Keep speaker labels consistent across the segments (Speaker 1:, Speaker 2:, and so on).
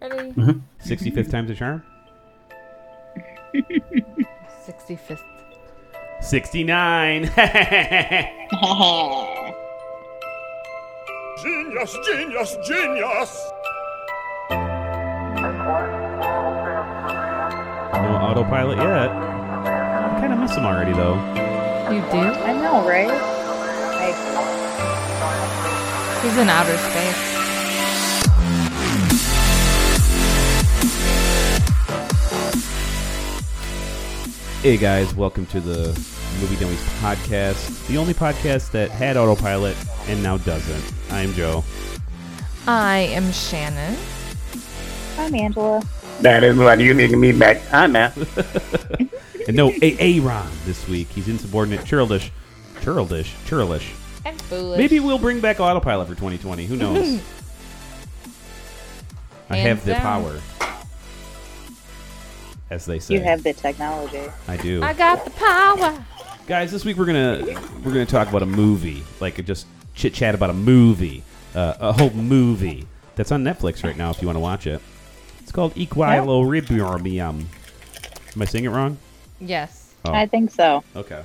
Speaker 1: Ready?
Speaker 2: 65th time's a charm.
Speaker 1: 65th.
Speaker 2: 69.
Speaker 3: Genius, genius, genius!
Speaker 2: no autopilot yet. I kind of miss him already, though.
Speaker 1: You do?
Speaker 4: I know, right? Like,
Speaker 1: He's in outer space.
Speaker 2: Hey, guys, welcome to the Movie Dummies podcast, the only podcast that had autopilot and now doesn't. I'm Joe.
Speaker 1: I am Shannon.
Speaker 4: I'm Angela.
Speaker 5: That is what you need me back. I'm out.
Speaker 2: And no, Aaron this week. He's insubordinate. Churlish. Churlish. Churlish.
Speaker 1: I'm foolish.
Speaker 2: Maybe we'll bring back autopilot for 2020. Who knows? I have
Speaker 1: Hands
Speaker 2: the
Speaker 1: down.
Speaker 2: power. As they say.
Speaker 4: uh, You have the technology.
Speaker 2: I do.
Speaker 1: I got the power.
Speaker 2: Guys, this week we're gonna we're gonna talk about a movie, like just chit chat about a movie, uh, a whole movie that's on Netflix right now. If you want to watch it, it's called Equilibrium. Am I saying it wrong?
Speaker 1: Yes.
Speaker 2: Oh.
Speaker 4: I think so.
Speaker 2: Okay.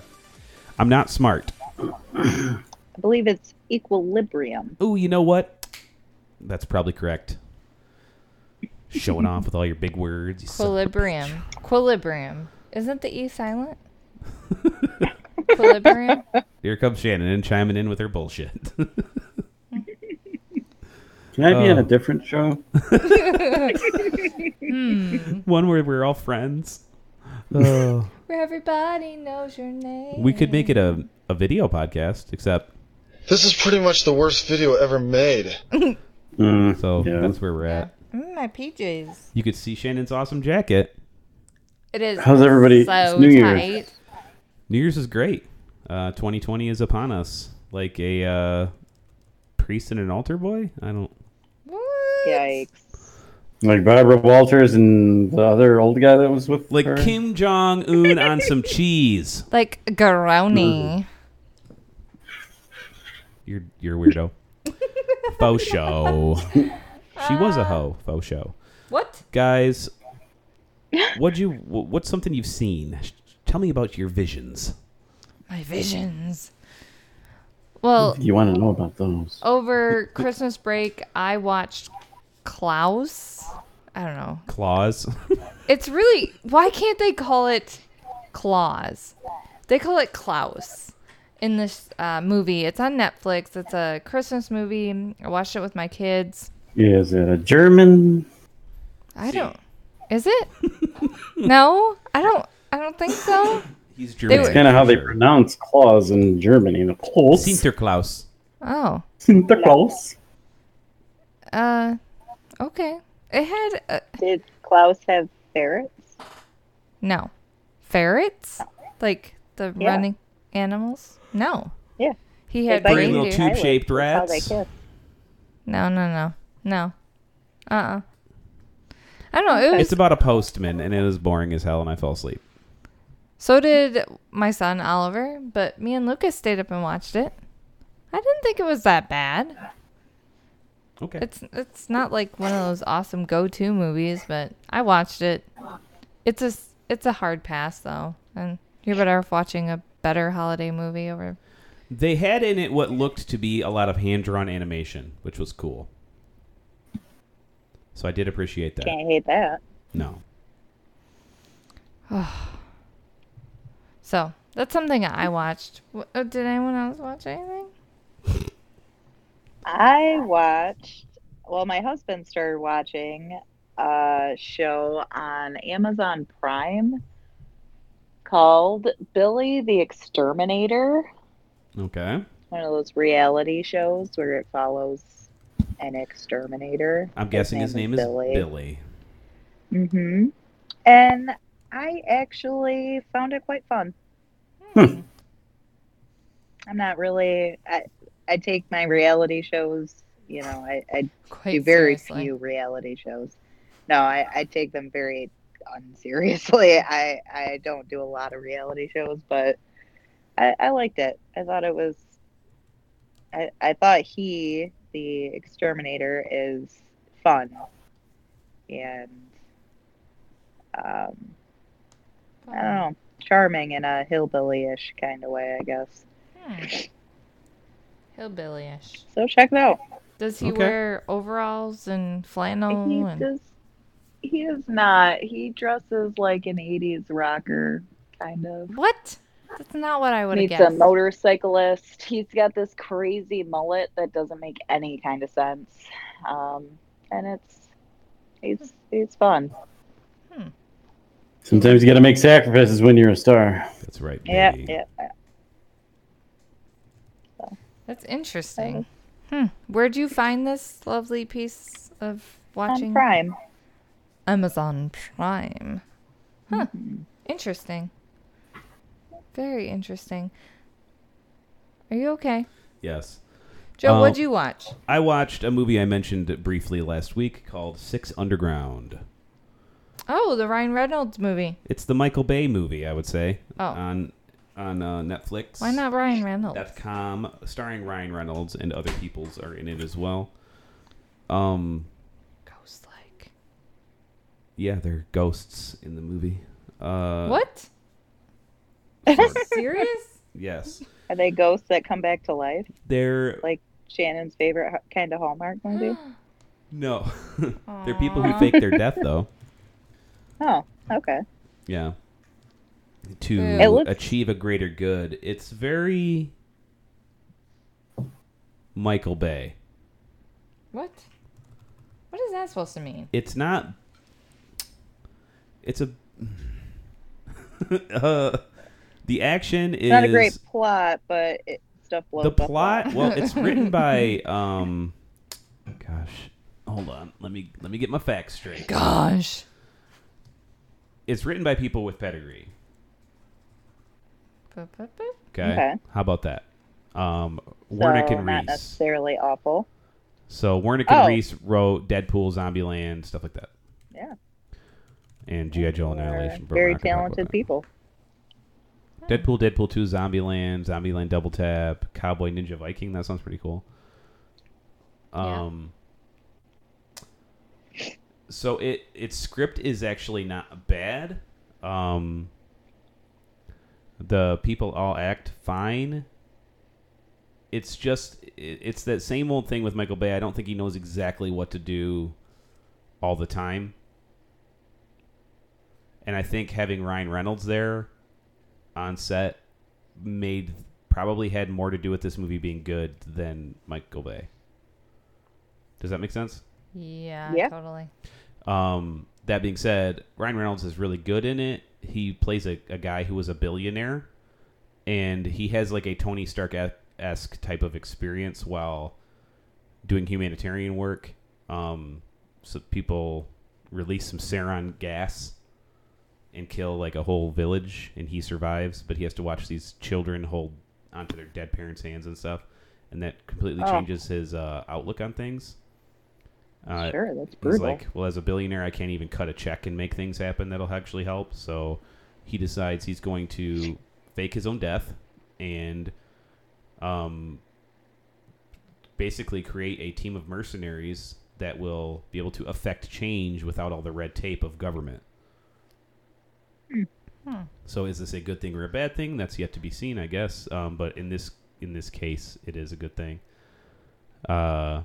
Speaker 2: I'm not smart.
Speaker 4: I believe it's equilibrium.
Speaker 2: Ooh, you know what? That's probably correct. Showing off with all your big words. you son of a
Speaker 1: Equilibrium. Equilibrium. Isn't the E silent? Equilibrium?
Speaker 2: Here comes Shannon and chiming in with her bullshit.
Speaker 5: Can I be on
Speaker 2: Oh.
Speaker 5: a different show?
Speaker 2: One where we're all friends. Oh.
Speaker 1: Where everybody knows your name.
Speaker 2: we could make it a, a video podcast, except
Speaker 6: This is pretty much the worst video ever made.
Speaker 5: Mm,
Speaker 2: so
Speaker 5: yeah.
Speaker 2: that's where we're at.
Speaker 1: Mm, my PJs.
Speaker 2: You could see Shannon's awesome jacket.
Speaker 1: It is.
Speaker 5: How's everybody-
Speaker 1: So
Speaker 5: it's New Year's.
Speaker 1: tight.
Speaker 2: New Year's is great. Uh, 2020 is upon us, like a uh, priest and an altar boy. I don't.
Speaker 1: What?
Speaker 4: Yikes.
Speaker 5: like Barbara Walters and the other old guy that was with
Speaker 2: Like
Speaker 5: her.
Speaker 2: Kim Jong Un on some cheese.
Speaker 1: Like Garoni.
Speaker 2: You're you're a weirdo. faux show. She was a hoe. Faux show.
Speaker 1: What?
Speaker 2: Guys, what'd you? wh- What's something you've seen? Sh- Tell me about your visions.
Speaker 1: My visions. Well,
Speaker 5: You want to know about those?
Speaker 1: over Christmas break, I watched Klaus. I don't know.
Speaker 2: Claws.
Speaker 1: It's really why can't they call it Claus? They call it Klaus in this uh, movie. It's on Netflix. It's a Christmas movie. I watched it with my kids.
Speaker 5: Is it a German?
Speaker 1: I don't. Is it? no, I don't. I don't think so.
Speaker 2: He's
Speaker 1: were-
Speaker 2: German.
Speaker 5: Kind of how they pronounce claws in Germany. The claws.
Speaker 2: Sinterklaas.
Speaker 1: Oh.
Speaker 5: Sinterklaas.
Speaker 1: Uh, okay. It had uh,
Speaker 4: Did Klaus have ferrets?
Speaker 1: no ferrets, like the
Speaker 4: Yeah.
Speaker 1: running animals. No,
Speaker 4: Yeah.
Speaker 1: he had
Speaker 4: They bite
Speaker 2: Tiny
Speaker 4: you
Speaker 2: little
Speaker 4: in
Speaker 1: reindeer.
Speaker 4: the eyelid.
Speaker 2: tube-shaped
Speaker 4: That's how they
Speaker 2: rats.
Speaker 4: kiss.
Speaker 1: No, no, no, no. Uh, uh I don't know. It was,
Speaker 2: It's about a postman, and it is boring as hell, and I fell asleep.
Speaker 1: so did my son Oliver, but me and Lucas stayed up and watched it. I didn't think it was that bad.
Speaker 2: Okay.
Speaker 1: It's it's not like one of those awesome go-to movies, but I watched it. It's a s- it's a hard pass though, and you're better off watching a better holiday movie over.
Speaker 2: They had in it what looked to be a lot of hand-drawn animation, which was cool. So I did appreciate that.
Speaker 4: Can't hate that.
Speaker 2: No.
Speaker 1: So that's something I watched. Wh- uh, Did anyone else watch anything?
Speaker 4: I watched, well, my husband started watching a show on Amazon Prime called Billy the Exterminator.
Speaker 2: Okay.
Speaker 4: One of those reality shows where it follows an exterminator.
Speaker 2: I'm guessing his name is Billy.
Speaker 4: hmm And I actually found it quite fun.
Speaker 5: Hmm.
Speaker 4: I'm not really. I, I take my reality shows. You know, I, I
Speaker 1: Quite
Speaker 4: do very
Speaker 1: seriously.
Speaker 4: few reality shows. No, I, I take them very unseriously. I I don't do a lot of reality shows, but I, I liked it. I thought it was. I I thought he, the exterminator, is fun. and um, I don't know, charming in a hillbilly-ish kind of way, I guess.
Speaker 1: Hmm. Hillbilly-ish.
Speaker 4: So check it out.
Speaker 1: Does he
Speaker 2: Okay.
Speaker 1: wear overalls and flannel?
Speaker 4: he
Speaker 1: Oh, and...
Speaker 4: does. He is not. He dresses like an '80s rocker, kind of.
Speaker 1: What? That's not what I would have
Speaker 4: He's
Speaker 1: guessed.
Speaker 4: a motorcyclist. He's got this crazy mullet that doesn't make any kind of sense, um, and it's it's it's fun.
Speaker 5: Sometimes you got to make sacrifices when you're a star.
Speaker 2: That's right.
Speaker 4: Yeah,
Speaker 2: baby.
Speaker 4: yeah.
Speaker 1: That's interesting. Hmm. Where'd you find this lovely piece of watching?
Speaker 4: On Prime.
Speaker 1: Amazon Prime. Huh.
Speaker 4: Mm-hmm.
Speaker 1: Interesting. Very interesting. Are you okay?
Speaker 2: Yes.
Speaker 1: Joe,
Speaker 2: Uh,
Speaker 1: what'd you watch?
Speaker 2: I watched a movie I mentioned briefly last week called Six Underground.
Speaker 1: Oh, the Ryan Reynolds movie.
Speaker 2: It's the Michael Bay movie, I would say.
Speaker 1: Oh.
Speaker 2: On on uh, Netflix.
Speaker 1: Why not Ryan Reynolds?
Speaker 2: Dot com, starring Ryan Reynolds and other peoples are in it as well. Um,
Speaker 1: Ghost like.
Speaker 2: yeah, there are ghosts in the movie. Uh,
Speaker 1: what?
Speaker 2: sort of.
Speaker 1: Serious?
Speaker 2: yes,
Speaker 4: Are they ghosts that come back to life?
Speaker 2: they're
Speaker 4: Like Shannon's favorite ho- kind of Hallmark movie?
Speaker 2: no, they're people who fake their death though.
Speaker 4: oh, okay.
Speaker 2: Yeah.
Speaker 1: It
Speaker 2: To
Speaker 4: looks-
Speaker 2: achieve a greater good. It's very Michael Bay.
Speaker 1: What? What is that supposed to mean?
Speaker 2: It's not it's a uh, the action is
Speaker 4: Not a great plot, but it, stuff blows
Speaker 2: the
Speaker 4: up a lot.
Speaker 2: plot well it's written by um gosh hold on let me let me get my facts straight
Speaker 1: Gosh.
Speaker 2: it's written by people with pedigree
Speaker 1: Boop, boop, boop.
Speaker 2: okay,
Speaker 4: Okay.
Speaker 2: how about that um
Speaker 4: So,
Speaker 2: warnick and
Speaker 4: Not
Speaker 2: reese
Speaker 4: necessarily awful.
Speaker 2: So Wernick and
Speaker 4: Oh.
Speaker 2: Reese wrote Deadpool, Zombieland, stuff like that,
Speaker 4: Yeah.
Speaker 2: and GI Joe
Speaker 4: They're
Speaker 2: Annihilation. but we're
Speaker 4: Very
Speaker 2: not gonna talk about
Speaker 4: talented
Speaker 2: that.
Speaker 4: people.
Speaker 2: Deadpool, Deadpool Two, Zombieland, Zombieland Double Tap, Cowboy Ninja Viking. That sounds pretty cool.
Speaker 1: Yeah.
Speaker 2: Um. So it its script is actually not bad. Um. The people all act fine. It's just i it's that same old thing with Michael Bay. I don't think he knows exactly what to do all the time. And I think having Ryan Reynolds there on set made probably had more to do with this movie being good than Michael Bay. Does that make sense?
Speaker 1: Yeah,
Speaker 4: Yeah.
Speaker 1: totally.
Speaker 2: Um, that being said, Ryan Reynolds is really good in it. He plays a, a guy who was a billionaire, and he has like a Tony Stark esque type of experience while doing humanitarian work. Um, so people release some sarin gas and kill like a whole village, and he survives, but he has to watch these children hold onto their dead parents' hands and stuff, and that completely
Speaker 4: Oh.
Speaker 2: changes his uh, outlook on things. Uh,
Speaker 4: sure, that's
Speaker 2: He's
Speaker 4: brutal.
Speaker 2: like, well, as a billionaire, I can't even cut a check and make things happen that'll actually help. So he decides he's going to fake his own death and um, basically create a team of mercenaries that will be able to affect change without all the red tape of government. So is this a good thing or a bad thing? That's yet to be seen, I guess. Um, but in this in this case, it is a good thing. Uh,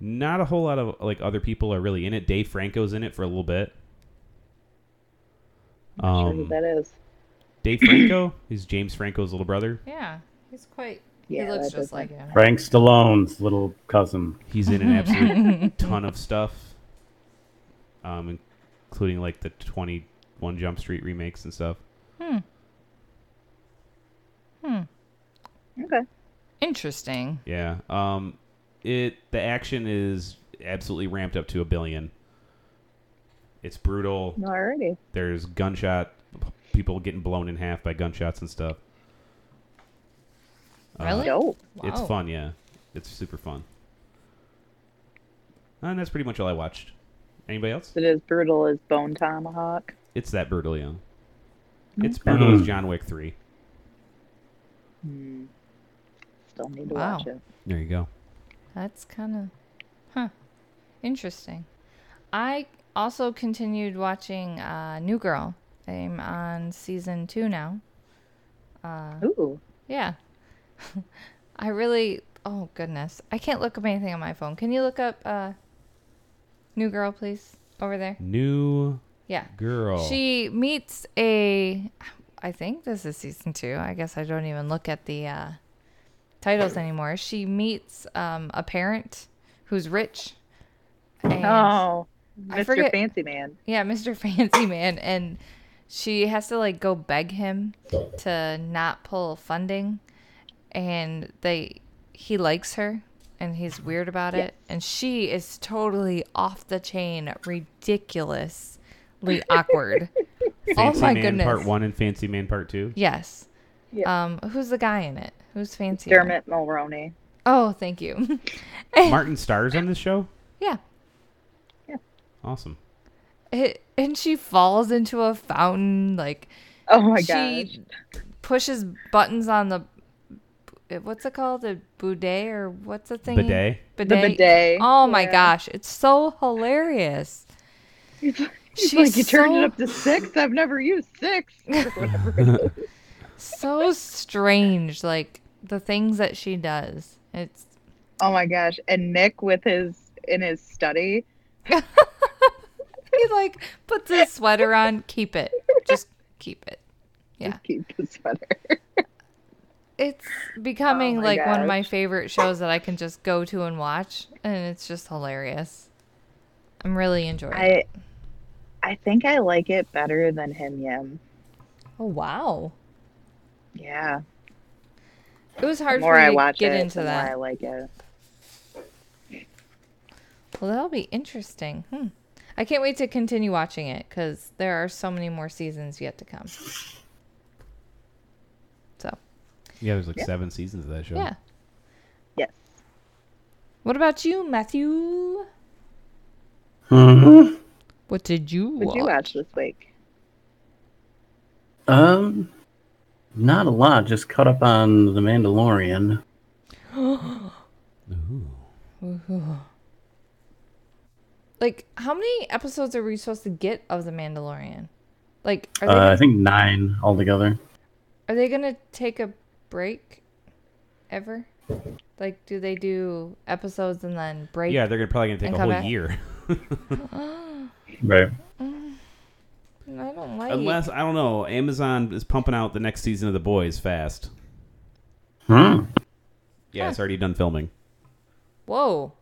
Speaker 2: not a whole lot of like other people are really in it. Dave Franco's in it for a little bit.
Speaker 4: Not sure who
Speaker 2: Um,
Speaker 4: that is.
Speaker 2: Dave Franco is James Franco's little brother.
Speaker 1: Yeah, he's quite. he
Speaker 4: Yeah,
Speaker 1: looks just
Speaker 4: that does
Speaker 1: like him.
Speaker 5: Frank Stallone's little cousin.
Speaker 2: He's in an absolute ton of stuff, um, including like the Twenty One Jump Street remakes and stuff.
Speaker 4: Okay.
Speaker 1: Interesting.
Speaker 2: Yeah. Um, it the action is absolutely ramped up to a billion. It's brutal.
Speaker 4: Alrighty.
Speaker 2: There's gunshot, people getting blown in half by gunshots and stuff. Uh,
Speaker 1: Really?
Speaker 4: Dope.
Speaker 2: It's
Speaker 1: Wow.
Speaker 2: fun, yeah. It's super fun. And that's pretty much all I watched. Anybody else?
Speaker 4: Is it as brutal as Bone Tomahawk?
Speaker 2: It's that brutal, yeah. It's brutal as John Wick three.
Speaker 4: Hmm. Still need to
Speaker 1: Wow.
Speaker 4: watch it.
Speaker 2: There you go.
Speaker 1: That's kind of, huh? Interesting. I also continued watching uh, New Girl. I'm on season two now.
Speaker 4: Ooh.
Speaker 1: Yeah. I really. Oh goodness, I can't look up anything on my phone. Can you look up uh, New Girl, please, over there?
Speaker 2: New
Speaker 1: Yeah.
Speaker 2: girl.
Speaker 1: She meets a. I think this is season two. I guess I don't even look at the uh, titles anymore. She meets um, a parent who's rich. And,
Speaker 4: Oh.
Speaker 1: I
Speaker 4: Mr.
Speaker 1: forget-
Speaker 4: Fancy Man.
Speaker 1: Yeah, Mr. Fancy Man. And she has to like go beg him to not pull funding. And they. He likes her and he's weird about it. And she is totally off the chain, ridiculously awkward.
Speaker 2: Fancy
Speaker 1: oh my
Speaker 2: Man
Speaker 1: goodness.
Speaker 2: Part one and Fancy Man Part two.
Speaker 1: Yes.
Speaker 4: Yeah.
Speaker 1: Um, who's the guy in it? Who's fancy?
Speaker 4: Dermot Mulroney.
Speaker 1: Oh, thank you.
Speaker 2: Martin stars on this show.
Speaker 1: yeah.
Speaker 2: Awesome.
Speaker 1: It, and she falls into a fountain. Like
Speaker 4: Oh my gosh.
Speaker 1: she pushes buttons on the it- what's it called? The boudet or what's the thing?
Speaker 2: Bidet.
Speaker 1: Bidet.
Speaker 4: The bidet.
Speaker 1: Oh my
Speaker 4: Yeah.
Speaker 1: gosh, it's so hilarious.
Speaker 4: She's
Speaker 1: She's
Speaker 4: like, you turned
Speaker 1: so-
Speaker 4: it up to six? I've never used six.
Speaker 1: So strange, like the things that she does. It's
Speaker 4: oh my gosh. And Nick with his in his study.
Speaker 1: he like puts his sweater on. Keep it. Just keep it. Yeah.
Speaker 4: Keep the sweater.
Speaker 1: it's becoming
Speaker 4: Oh my
Speaker 1: like one of my
Speaker 4: gosh.
Speaker 1: favorite shows that I can just go to and watch, and it's just hilarious. I'm really enjoying it.
Speaker 4: I I think I like it better than him yim.
Speaker 1: Oh wow,
Speaker 4: Yeah.
Speaker 1: it was
Speaker 4: The
Speaker 1: hard
Speaker 4: more
Speaker 1: for me
Speaker 4: I
Speaker 1: to
Speaker 4: watch
Speaker 1: get
Speaker 4: it,
Speaker 1: into
Speaker 4: the more I
Speaker 1: that.
Speaker 4: like it.
Speaker 1: Well, that'll be interesting. Hmm. I can't wait to continue watching it because there are so many more seasons yet to come. So
Speaker 2: Yeah, there's like seven seasons of that show.
Speaker 1: yeah,
Speaker 4: Yes.
Speaker 1: what about you, Matthew?
Speaker 5: Mhm.
Speaker 1: What did you?
Speaker 4: What you watch this week?
Speaker 5: Um, not a lot. Just caught up on The Mandalorian.
Speaker 2: Ooh.
Speaker 1: Like, how many episodes are we supposed to get of The Mandalorian? Like, are they,
Speaker 5: Uh, I think nine altogether.
Speaker 1: are they gonna take a break ever? Like, do they do episodes and then break?
Speaker 2: Yeah, they're gonna probably gonna
Speaker 1: And
Speaker 2: take a
Speaker 1: come
Speaker 2: whole
Speaker 1: back.
Speaker 2: year.
Speaker 5: Right.
Speaker 1: I don't like.
Speaker 2: Unless I don't know, Amazon is pumping out the next season of The Boys fast.
Speaker 5: Hmm.
Speaker 2: Yeah, it's already done filming.
Speaker 1: Whoa.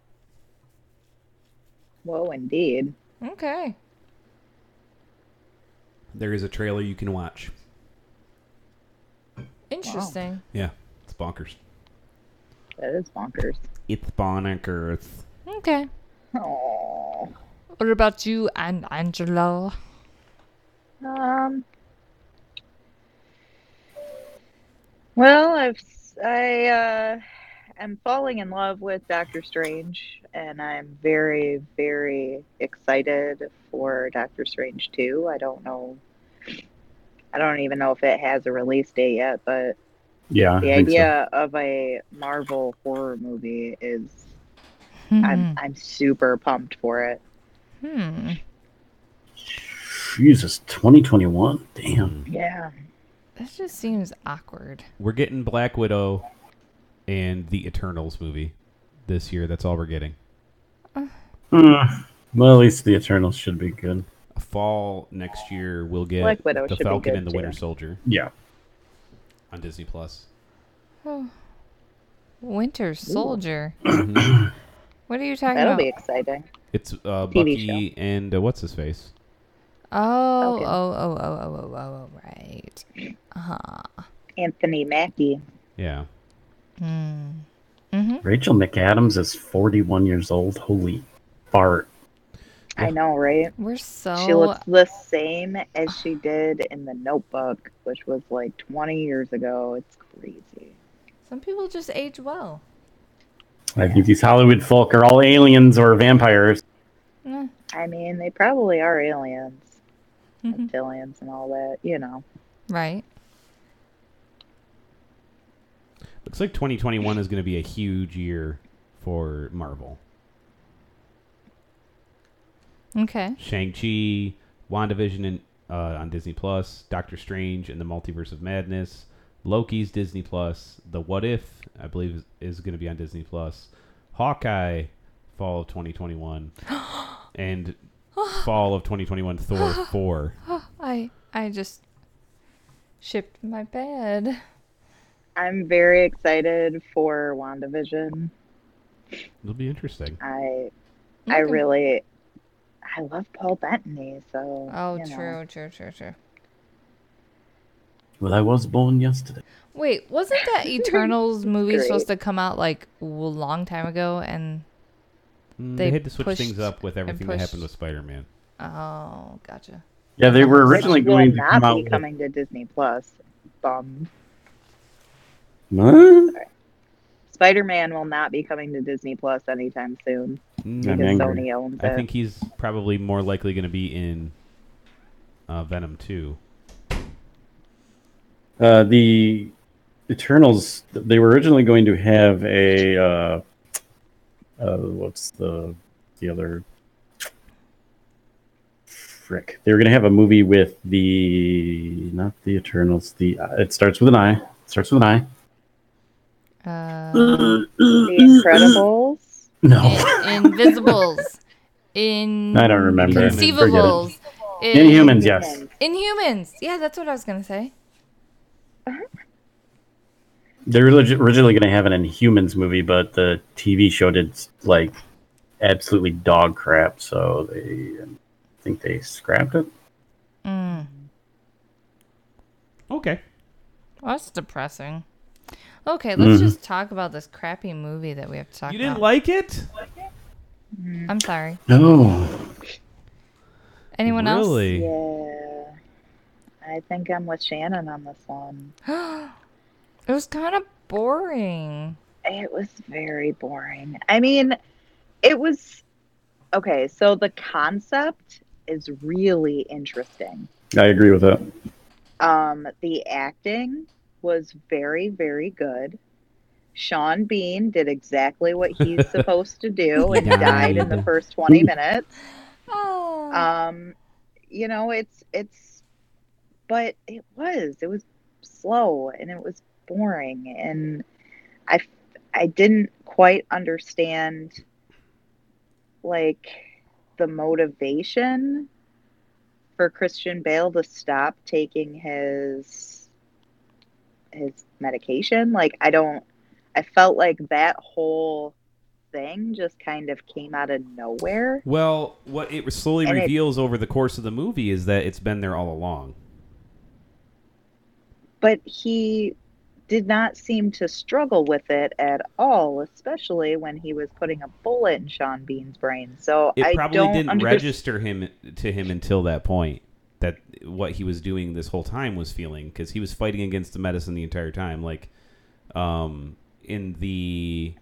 Speaker 4: Whoa, indeed.
Speaker 1: Okay.
Speaker 2: There is a trailer you can watch.
Speaker 1: Interesting.
Speaker 2: Yeah, it's bonkers.
Speaker 4: That is bonkers.
Speaker 2: It's bonkers.
Speaker 1: Okay.
Speaker 4: Oh.
Speaker 1: What about you and Angelo?
Speaker 4: Um. Well, I've s- I uh, am falling in love with Doctor Strange, and I'm very very excited for Doctor Strange two. I don't know. I don't even know if it has a release date yet, but
Speaker 5: Yeah.
Speaker 4: the
Speaker 5: I think so.
Speaker 4: idea of a Marvel horror movie is I'm I'm super pumped for it.
Speaker 1: Hmm.
Speaker 5: Jesus, 2021. Damn.
Speaker 4: Yeah.
Speaker 1: That just seems awkward.
Speaker 2: We're getting Black Widow and the Eternals movie this year. That's all we're getting.
Speaker 5: Hmm. Well, at least the Eternals should be good.
Speaker 2: Fall next year, we'll get
Speaker 4: Black Widow
Speaker 2: the
Speaker 4: should be
Speaker 2: Falcon
Speaker 4: good,
Speaker 2: and the
Speaker 4: too.
Speaker 2: Winter Soldier
Speaker 5: Yeah.
Speaker 2: on Disney Plus.
Speaker 1: Winter Soldier. what are you talking
Speaker 4: That'll
Speaker 1: about?
Speaker 4: be exciting.
Speaker 2: It's uh,
Speaker 4: TV
Speaker 2: Bucky and uh, what's his face?
Speaker 1: Oh,
Speaker 4: Falcon.
Speaker 1: oh, oh, oh, oh, oh, oh, oh, right. Uh-huh.
Speaker 4: Anthony Mackie.
Speaker 2: Yeah,
Speaker 1: Hmm. Mm-hmm.
Speaker 5: Rachel McAdams is 41 years old. Holy fart.
Speaker 4: I know, right?
Speaker 1: We're so
Speaker 4: She looks the same as she did in the Notebook, which was like 20 years ago. It's crazy.
Speaker 1: Some people just age well.
Speaker 5: I think these Hollywood folk are all aliens or vampires.
Speaker 4: I mean, they probably are aliens, reptilians, and all that. You know,
Speaker 1: Right.
Speaker 2: looks like 2021 is going to be a huge year for Marvel.
Speaker 1: Okay.
Speaker 2: Shang Chi, WandaVision, and uh, on Disney Plus, Doctor Strange and the Multiverse of Madness, Loki's Disney Plus, The What If I believe is, is going to be on Disney Plus, Hawkeye, fall of 2021, and fall of 2021 Thor four.
Speaker 1: I I just shipped my bed.
Speaker 4: I'm very excited for WandaVision.
Speaker 2: It'll be interesting.
Speaker 4: I I
Speaker 1: Okay.
Speaker 4: really I love Paul Bettany, so
Speaker 1: Oh,
Speaker 4: you know.
Speaker 1: true, true, true, true.
Speaker 5: Well, I was born yesterday.
Speaker 1: Wait, wasn't that Eternals movie
Speaker 4: Great.
Speaker 1: supposed to come out like a long time ago? And
Speaker 2: Mm,
Speaker 1: they
Speaker 2: they had to switch
Speaker 1: pushed
Speaker 2: things up with
Speaker 1: and
Speaker 2: everything that
Speaker 1: pushed.
Speaker 2: happened with Spider-Man.
Speaker 1: oh, gotcha.
Speaker 5: Yeah, they were
Speaker 4: Which
Speaker 5: originally
Speaker 4: will
Speaker 5: going to
Speaker 4: not
Speaker 5: come out.
Speaker 4: be coming to Disney Plus. Bum.
Speaker 5: With... Huh?
Speaker 4: Spider Man will not be coming to Disney Plus anytime soon
Speaker 2: Mm,
Speaker 5: I'm
Speaker 4: because
Speaker 5: angry.
Speaker 4: Sony owns it.
Speaker 2: I think he's probably more likely going to be in uh, Venom two.
Speaker 5: Uh, the Eternals. They were originally going to have a uh, uh, what's the the other frick? They were going to have a movie with the not the Eternals. The uh, it starts with an I. starts with an I.
Speaker 1: Uh,
Speaker 4: The Incredibles.
Speaker 5: No,
Speaker 1: Invisibles. Uh, In
Speaker 5: I don't remember.
Speaker 1: Conceivables.
Speaker 5: Inhumans. Yes.
Speaker 4: And
Speaker 1: Inhumans. Yeah, that's what I was gonna say.
Speaker 5: They were legi- originally going to have an Inhumans movie, but the TV show did like absolutely dog crap, so they I think they scrapped it.
Speaker 1: Mm.
Speaker 2: Okay.
Speaker 1: Well, that's depressing. Okay, let's
Speaker 5: Mm-hmm.
Speaker 1: just talk about this crappy movie that we have to talk
Speaker 2: You didn't
Speaker 1: about.
Speaker 2: like it?
Speaker 1: I'm sorry.
Speaker 5: No,
Speaker 1: Anyone else?
Speaker 2: really?
Speaker 4: Yeah. I think I'm with Shannon on this one.
Speaker 1: It was kind of boring.
Speaker 4: It was very boring. I mean, it was okay. So the concept is really interesting.
Speaker 5: I agree with that.
Speaker 4: Um, the acting was very, very good. Sean Bean did exactly what he's supposed to do and died in the first 20 minutes.
Speaker 1: Oh.
Speaker 4: Um, you know, it's, it's, but it was, it was slow and it was boring. And I, I didn't quite understand like the motivation for Christian Bale to stop taking his his medication. Like I don't I felt like that whole thing just kind of came out of nowhere.
Speaker 2: Well, what it slowly
Speaker 4: And it-
Speaker 2: reveals over the course of the movie is that it's been there all along.
Speaker 4: But he did not seem to struggle with it at all, especially when he was putting a bullet in Sean Bean's brain. So
Speaker 2: It
Speaker 4: I
Speaker 2: probably
Speaker 4: don't
Speaker 2: didn't
Speaker 4: under-
Speaker 2: register him to him until that point that what he was doing this whole time was feeling because he was fighting against the medicine the entire time. Like, um, in the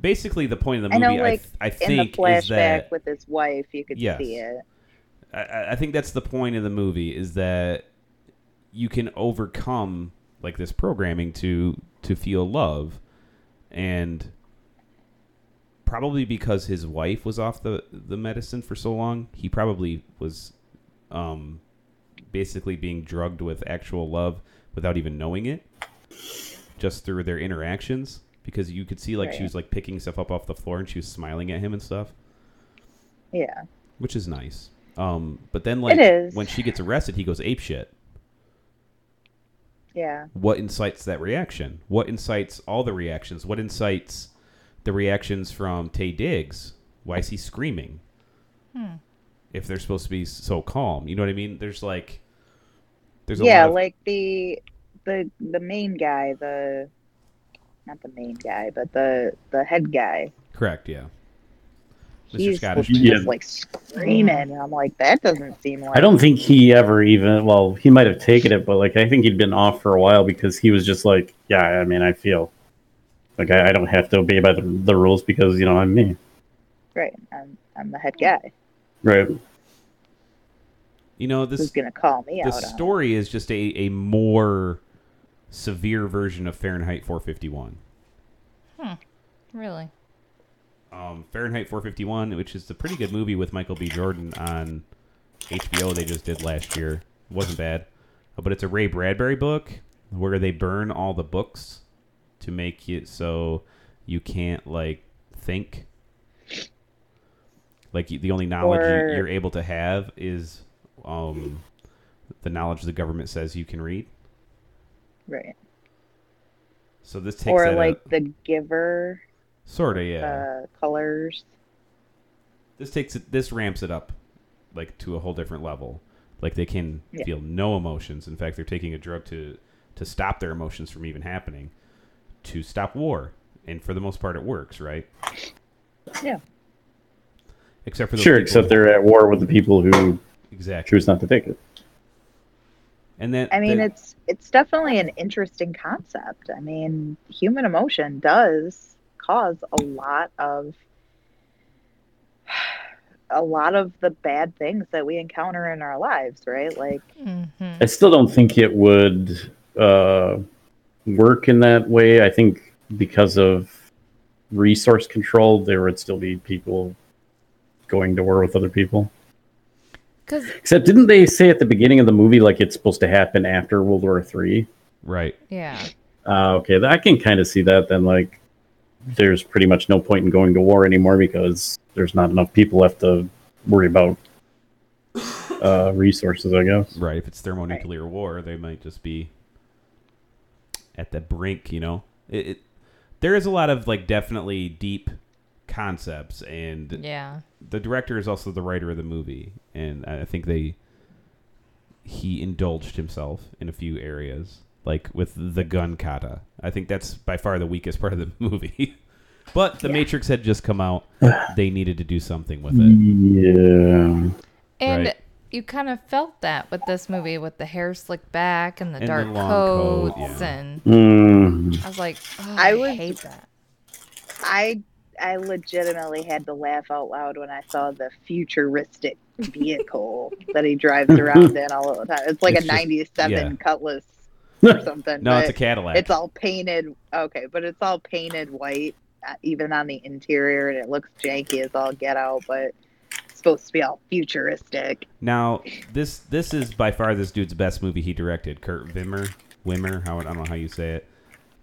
Speaker 2: basically the point of the
Speaker 4: I
Speaker 2: movie,
Speaker 4: know,
Speaker 2: I,
Speaker 4: like,
Speaker 2: th- I
Speaker 4: in the
Speaker 2: think is that
Speaker 4: flashback with his wife, you could
Speaker 2: Yes.
Speaker 4: see it.
Speaker 2: I- I, I think that's the point of the movie is that you can overcome like this programming to to feel love and probably because his wife was off the the medicine for so long he probably was um basically being drugged with actual love without even knowing it just through their interactions because you could see like she
Speaker 4: Right.
Speaker 2: was like picking stuff up off the floor and she was smiling at him and stuff
Speaker 4: Yeah.
Speaker 2: which is nice. Um, but then like
Speaker 4: is.
Speaker 2: when she gets arrested, he goes ape shit.
Speaker 4: Yeah.
Speaker 2: What incites that reaction? What incites all the reactions? What incites the reactions from Tay Diggs? Why is he screaming? If they're supposed to be so calm, you know what I mean? There's like, there's a
Speaker 4: yeah,
Speaker 2: lot of-
Speaker 4: like the the the main guy, the not the main guy, but the the head guy.
Speaker 2: correct, yeah. Mr.
Speaker 4: He's
Speaker 2: Scottish,
Speaker 4: just
Speaker 5: Yeah.
Speaker 4: like screaming, and I'm like, that doesn't seem like.
Speaker 5: I don't think he ever even well, he might have taken it, but like I think he'd been off for a while because he was just like, yeah, I mean, I feel like I, I don't have to obey by the, the rules because you know I'm me,
Speaker 4: right. I'm I'm the head guy.
Speaker 5: right?
Speaker 2: you know this.
Speaker 4: Who's gonna call me
Speaker 2: The
Speaker 4: out? on it?
Speaker 2: story is just a, a more severe version of Fahrenheit 451.
Speaker 1: Really?
Speaker 2: um, Fahrenheit 451, which is a pretty good movie with Michael B. Jordan on HBO. They just did last year. It wasn't bad, Uh, but it's a Ray Bradbury book where they burn all the books to make it so you can't like think. Like you, the only knowledge
Speaker 4: Or-
Speaker 2: you, you're able to have is um, the knowledge the government says you can read.
Speaker 4: right?
Speaker 2: So this takes
Speaker 4: Or
Speaker 2: that
Speaker 4: like
Speaker 2: out.
Speaker 4: the Giver,
Speaker 2: Sort of, yeah.
Speaker 4: uh, colors.
Speaker 2: this takes it. This ramps it up, like to a whole different level. Like they can
Speaker 4: Yeah.
Speaker 2: feel no emotions. In fact, they're taking a drug to to stop their emotions from even happening, to stop war. And for the most part, it works, right?
Speaker 4: Yeah.
Speaker 2: Except for those
Speaker 5: Sure,
Speaker 2: people-
Speaker 5: except they're at war with the people who
Speaker 2: exactly.
Speaker 5: choose not to take it.
Speaker 2: And then
Speaker 4: I mean,
Speaker 2: the-
Speaker 4: it's it's definitely an interesting concept. I mean, human emotion does cause a lot of a lot of the bad things that we encounter in our lives, right? Like,
Speaker 1: Mm-hmm.
Speaker 5: I still don't think it would uh, work in that way. I think because of resource control, there would still be people going to war with other people.
Speaker 1: Because
Speaker 5: Except, didn't they say at the beginning of the movie like it's supposed to happen after World War Three?
Speaker 2: right.
Speaker 1: yeah,
Speaker 5: Uh, okay, th- I can kind of see that. Then, like, there's pretty much no point in going to war anymore because there's not enough people left to worry about uh, resources. I guess.
Speaker 2: Right. If it's thermonuclear war, they might just be at the brink, you know? It, it, there is a lot of, like, definitely deep concepts, and
Speaker 1: yeah.
Speaker 2: the director is also the writer of the movie, and I I think they he indulged himself in a few areas, like with the gun kata. I think that's by far the weakest part of the movie. but The Matrix had just come out; they needed to do something with it.
Speaker 5: Mm. Yeah.
Speaker 1: And
Speaker 2: Right.
Speaker 1: you kind of felt that with this movie, with the hair slicked back and the
Speaker 2: And the
Speaker 1: dark
Speaker 2: long coat,
Speaker 1: coats,
Speaker 2: yeah.
Speaker 1: and
Speaker 5: Mm.
Speaker 1: I was like, oh,
Speaker 4: I
Speaker 1: I,
Speaker 4: was-
Speaker 1: hate that.
Speaker 4: I I legitimately had to laugh out loud when I saw the futuristic vehicle that he drives around in all the time. It's like
Speaker 2: It's
Speaker 4: a
Speaker 2: just-
Speaker 4: '97
Speaker 2: yeah.
Speaker 4: Cutlass or something.
Speaker 2: No, it's
Speaker 4: but-
Speaker 2: a Cadillac.
Speaker 4: It's all painted. Okay, but it's all painted white, uh, even on the interior, and it looks janky as all get out. But it's supposed to be all futuristic.
Speaker 2: Now, this this is by far this dude's best movie he directed. Kurt Wimmer, Wimmer, how I don't know how you say it.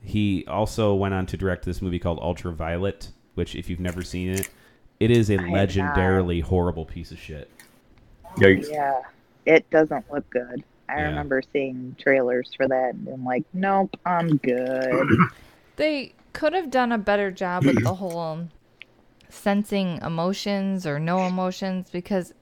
Speaker 2: He also went on to direct this movie called Ultraviolet, which if you've never seen it, it is a
Speaker 4: have not.
Speaker 2: legendarily horrible piece of shit.
Speaker 5: Yikes.
Speaker 4: Yeah, it doesn't look good. I
Speaker 2: Yeah.
Speaker 4: remember seeing trailers for that and being like, nope, I'm good.
Speaker 1: They could have done a better job with the whole sensing emotions or no emotions because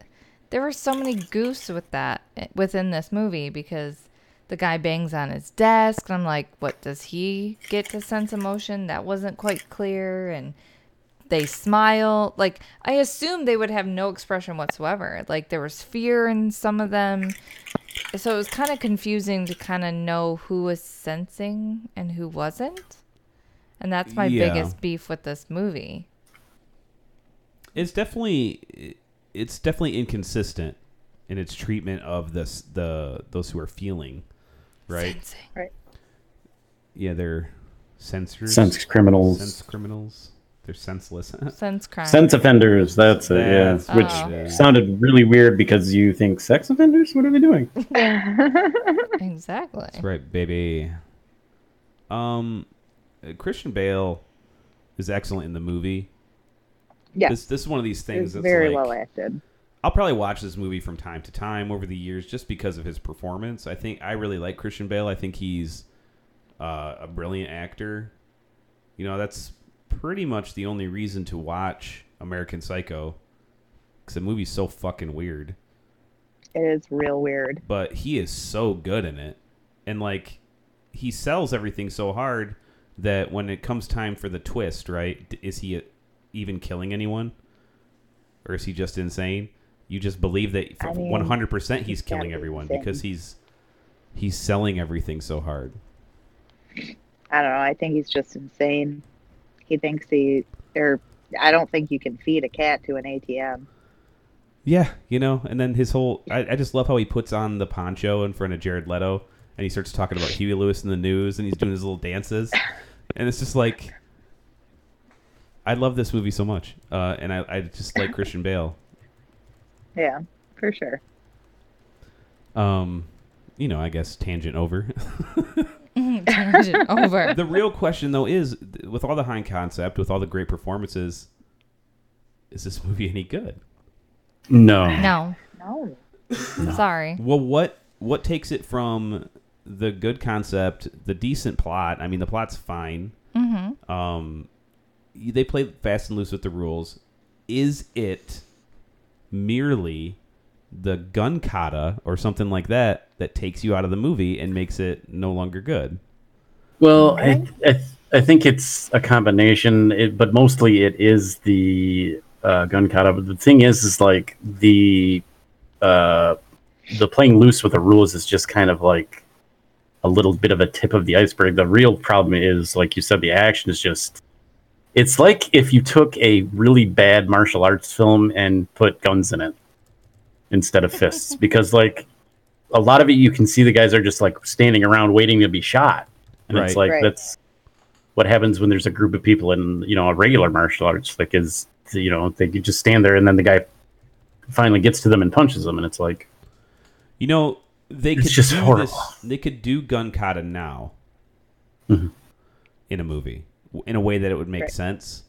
Speaker 1: there were so many goofs with that eh, within this movie because the guy bangs on his desk and I'm like, what does he get to sense emotion? That wasn't quite clear and they smile. Like I assumed they would have no expression whatsoever. Like there was fear in some of them. So it was kind of confusing to kind of know who was sensing and who wasn't. And that's my
Speaker 2: Yeah.
Speaker 1: biggest beef with this movie.
Speaker 2: It's definitely it's definitely inconsistent in its treatment of this the those who are feeling, right?
Speaker 1: Sensing.
Speaker 2: Yeah, they're censors.
Speaker 5: Sense criminals.
Speaker 2: sense criminals. They're senseless.
Speaker 1: Sense crime.
Speaker 5: Sense offenders, that's it, yeah.
Speaker 4: Oh.
Speaker 2: That's
Speaker 5: Which
Speaker 1: what
Speaker 2: it is.
Speaker 5: sounded really weird because you think sex offenders? What are we doing?
Speaker 1: exactly.
Speaker 2: That's right, baby. Um, uh, Christian Bale is excellent in the movie.
Speaker 4: Yeah.
Speaker 2: This this is one of these things
Speaker 4: it's
Speaker 2: that's
Speaker 4: very
Speaker 2: like,
Speaker 4: well acted.
Speaker 2: I'll probably watch this movie from time to time over the years just because of his performance. I think I really like Christian Bale. I think he's uh, a brilliant actor. You know, that's pretty much the only reason to watch American Psycho because the movie's so fucking weird
Speaker 4: It is real weird.
Speaker 2: but he is so good in it and like he sells everything so hard that when it comes time for the twist right d- is he even killing anyone or is he just insane you just believe that for
Speaker 4: I mean,
Speaker 2: 100% he's
Speaker 4: he's gotta
Speaker 2: killing
Speaker 4: be
Speaker 2: everyone
Speaker 4: insane.
Speaker 2: because he's he's selling everything so hard
Speaker 4: I don't know. I think he's just insane. He thinks he or I don't think you can feed a cat to an ATM.
Speaker 2: yeah you know and then his whole I, I just love how he puts on the poncho in front of jared leto and he starts talking about huey lewis in the news and he's doing his little dances and it's just like I love this movie so much, uh, and I, I just like Christian Bale.
Speaker 4: Yeah, for sure.
Speaker 2: Um, you know, I guess tangent over.
Speaker 1: Tangent over.
Speaker 2: the real question though is, th- with all the high concept, with all the great performances, is this movie any good?
Speaker 5: No.
Speaker 1: No,
Speaker 4: No.
Speaker 1: sorry.
Speaker 2: Well, what what takes it from the good concept, the decent plot? I mean, the plot's fine. Mm-hmm. Um, y- they play fast and loose with the rules. Is it merely the gun kata or something like that that takes you out of the movie and makes it no longer good?
Speaker 5: Well, I, I, I think it's a combination, it, but mostly it is the uh, gun kata. But the thing is, is like the uh, the playing loose with the rules is just kind of like a little bit of a tip of the iceberg. The real problem is, like you said, the action is just. It's like if you took a really bad martial arts film and put guns in it instead of fists, because like a lot of it, you can see the guys are just like standing around waiting to be shot. And it's
Speaker 2: Right.
Speaker 5: like
Speaker 4: Right.
Speaker 5: that's what happens when there's a group of people in you know a regular martial arts like is you know they could just stand there and then the guy finally gets to them and punches them and it's like
Speaker 2: You know, they
Speaker 5: It's
Speaker 2: could
Speaker 5: just
Speaker 2: do
Speaker 5: horrible.
Speaker 2: this. They could do gun kata now
Speaker 5: Mm-hmm.
Speaker 2: in a movie w- in a way that it would make
Speaker 4: Right.
Speaker 2: sense.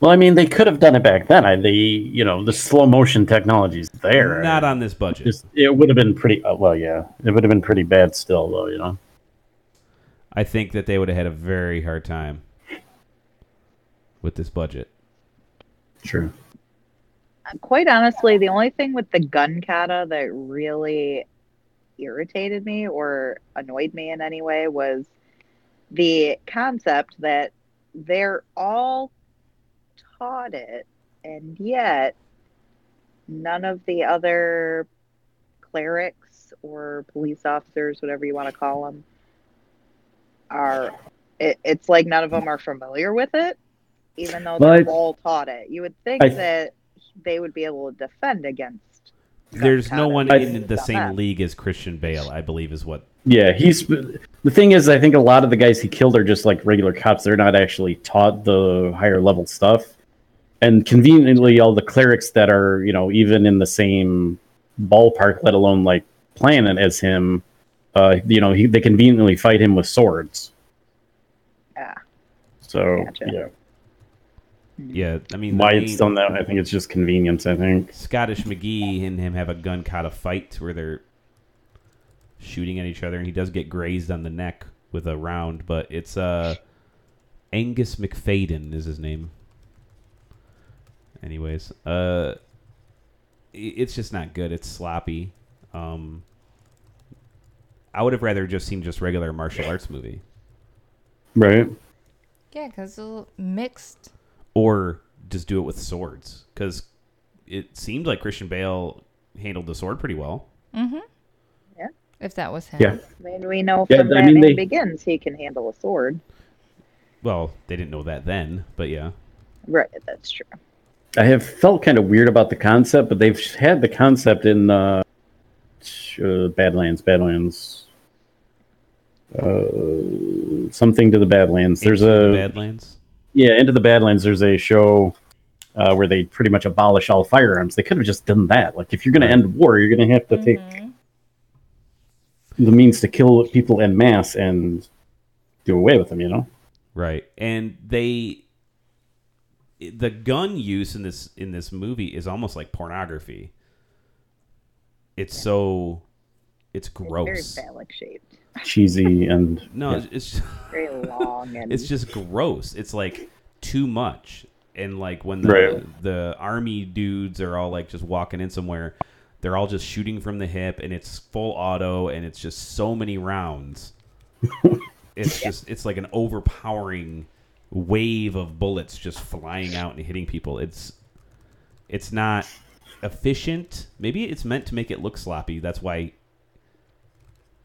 Speaker 5: well I mean they could have done it back then I, they you know the slow motion technology's there
Speaker 2: Not on this budget.
Speaker 5: just it would have been pretty uh, well yeah it would have been pretty bad still though you know
Speaker 2: I think that they would have had a very hard time with this budget.
Speaker 5: true
Speaker 4: Quite honestly, the only thing with the gun kata that really irritated me or annoyed me in any way was the concept that they're all taught it, and yet none of the other clerics or police officers, whatever you want to call them, are. It, it's like none of them are familiar with it, even though they're
Speaker 5: But-
Speaker 4: all taught it. You would think
Speaker 5: I-
Speaker 4: that they would be able to defend against.
Speaker 2: There's no
Speaker 4: Kata.
Speaker 2: one
Speaker 5: I-
Speaker 2: in the same
Speaker 4: Not that.
Speaker 2: league as Christian Bale, I believe, is what.
Speaker 5: yeah he's the thing is I think a lot of the guys he killed are just like regular cops they're not actually taught the higher level stuff and conveniently all the clerics that are you know even in the same ballpark let alone like planet as him uh you know he, they conveniently fight him with swords
Speaker 4: Ah.
Speaker 5: so
Speaker 4: Gotcha.
Speaker 5: yeah
Speaker 2: Yeah, I mean,
Speaker 5: why
Speaker 2: the
Speaker 5: it's
Speaker 2: main-
Speaker 5: done that i think it's just convenience i think
Speaker 2: Scottish McGee and him have a gun kata fight where they're shooting at each other, and he does get grazed on the neck with a round, but it's uh, Angus McFadden is his name. Anyways, uh, i- it's just not good. It's sloppy. Um, I would have rather just seen just regular martial arts movie
Speaker 5: right
Speaker 1: Yeah, because it's a little mixed.
Speaker 2: or just do it with swords because it seemed like Christian Bale handled the sword pretty well.
Speaker 1: If that was him.
Speaker 5: yeah
Speaker 4: I mean, we know
Speaker 5: Yeah,
Speaker 4: from
Speaker 5: I
Speaker 4: Batman
Speaker 5: mean, they-
Speaker 4: Begins he can handle a sword.
Speaker 2: Well, they didn't know that then, but yeah.
Speaker 4: Right, that's true.
Speaker 5: I have felt kind of weird about the concept, but they've had the concept in uh, uh, Badlands, Badlands, uh, something to the Badlands. There's
Speaker 2: Into the
Speaker 5: a
Speaker 2: Badlands.
Speaker 5: yeah, into the Badlands. There's a show uh, where they pretty much abolish all firearms. They could have just done that. Like if you're going to end war, you're going to have to take the means to kill people en masse and do away with them. You know?
Speaker 2: Right. And they the gun use in this in this movie is almost like pornography. It's so it's
Speaker 4: Very
Speaker 2: gross.
Speaker 4: phallic shaped,
Speaker 5: Cheesy and
Speaker 2: no,
Speaker 5: yeah.
Speaker 2: it's it's
Speaker 4: very long, and
Speaker 2: it's just gross. It's like too much. And like when the
Speaker 5: Right.
Speaker 2: the army dudes are all like just walking in somewhere, they're all just shooting from the hip and it's full auto and it's just so many rounds. it's just it's like an overpowering wave of bullets just flying out and hitting people. It's it's not efficient. Maybe it's meant to make it look sloppy. That's why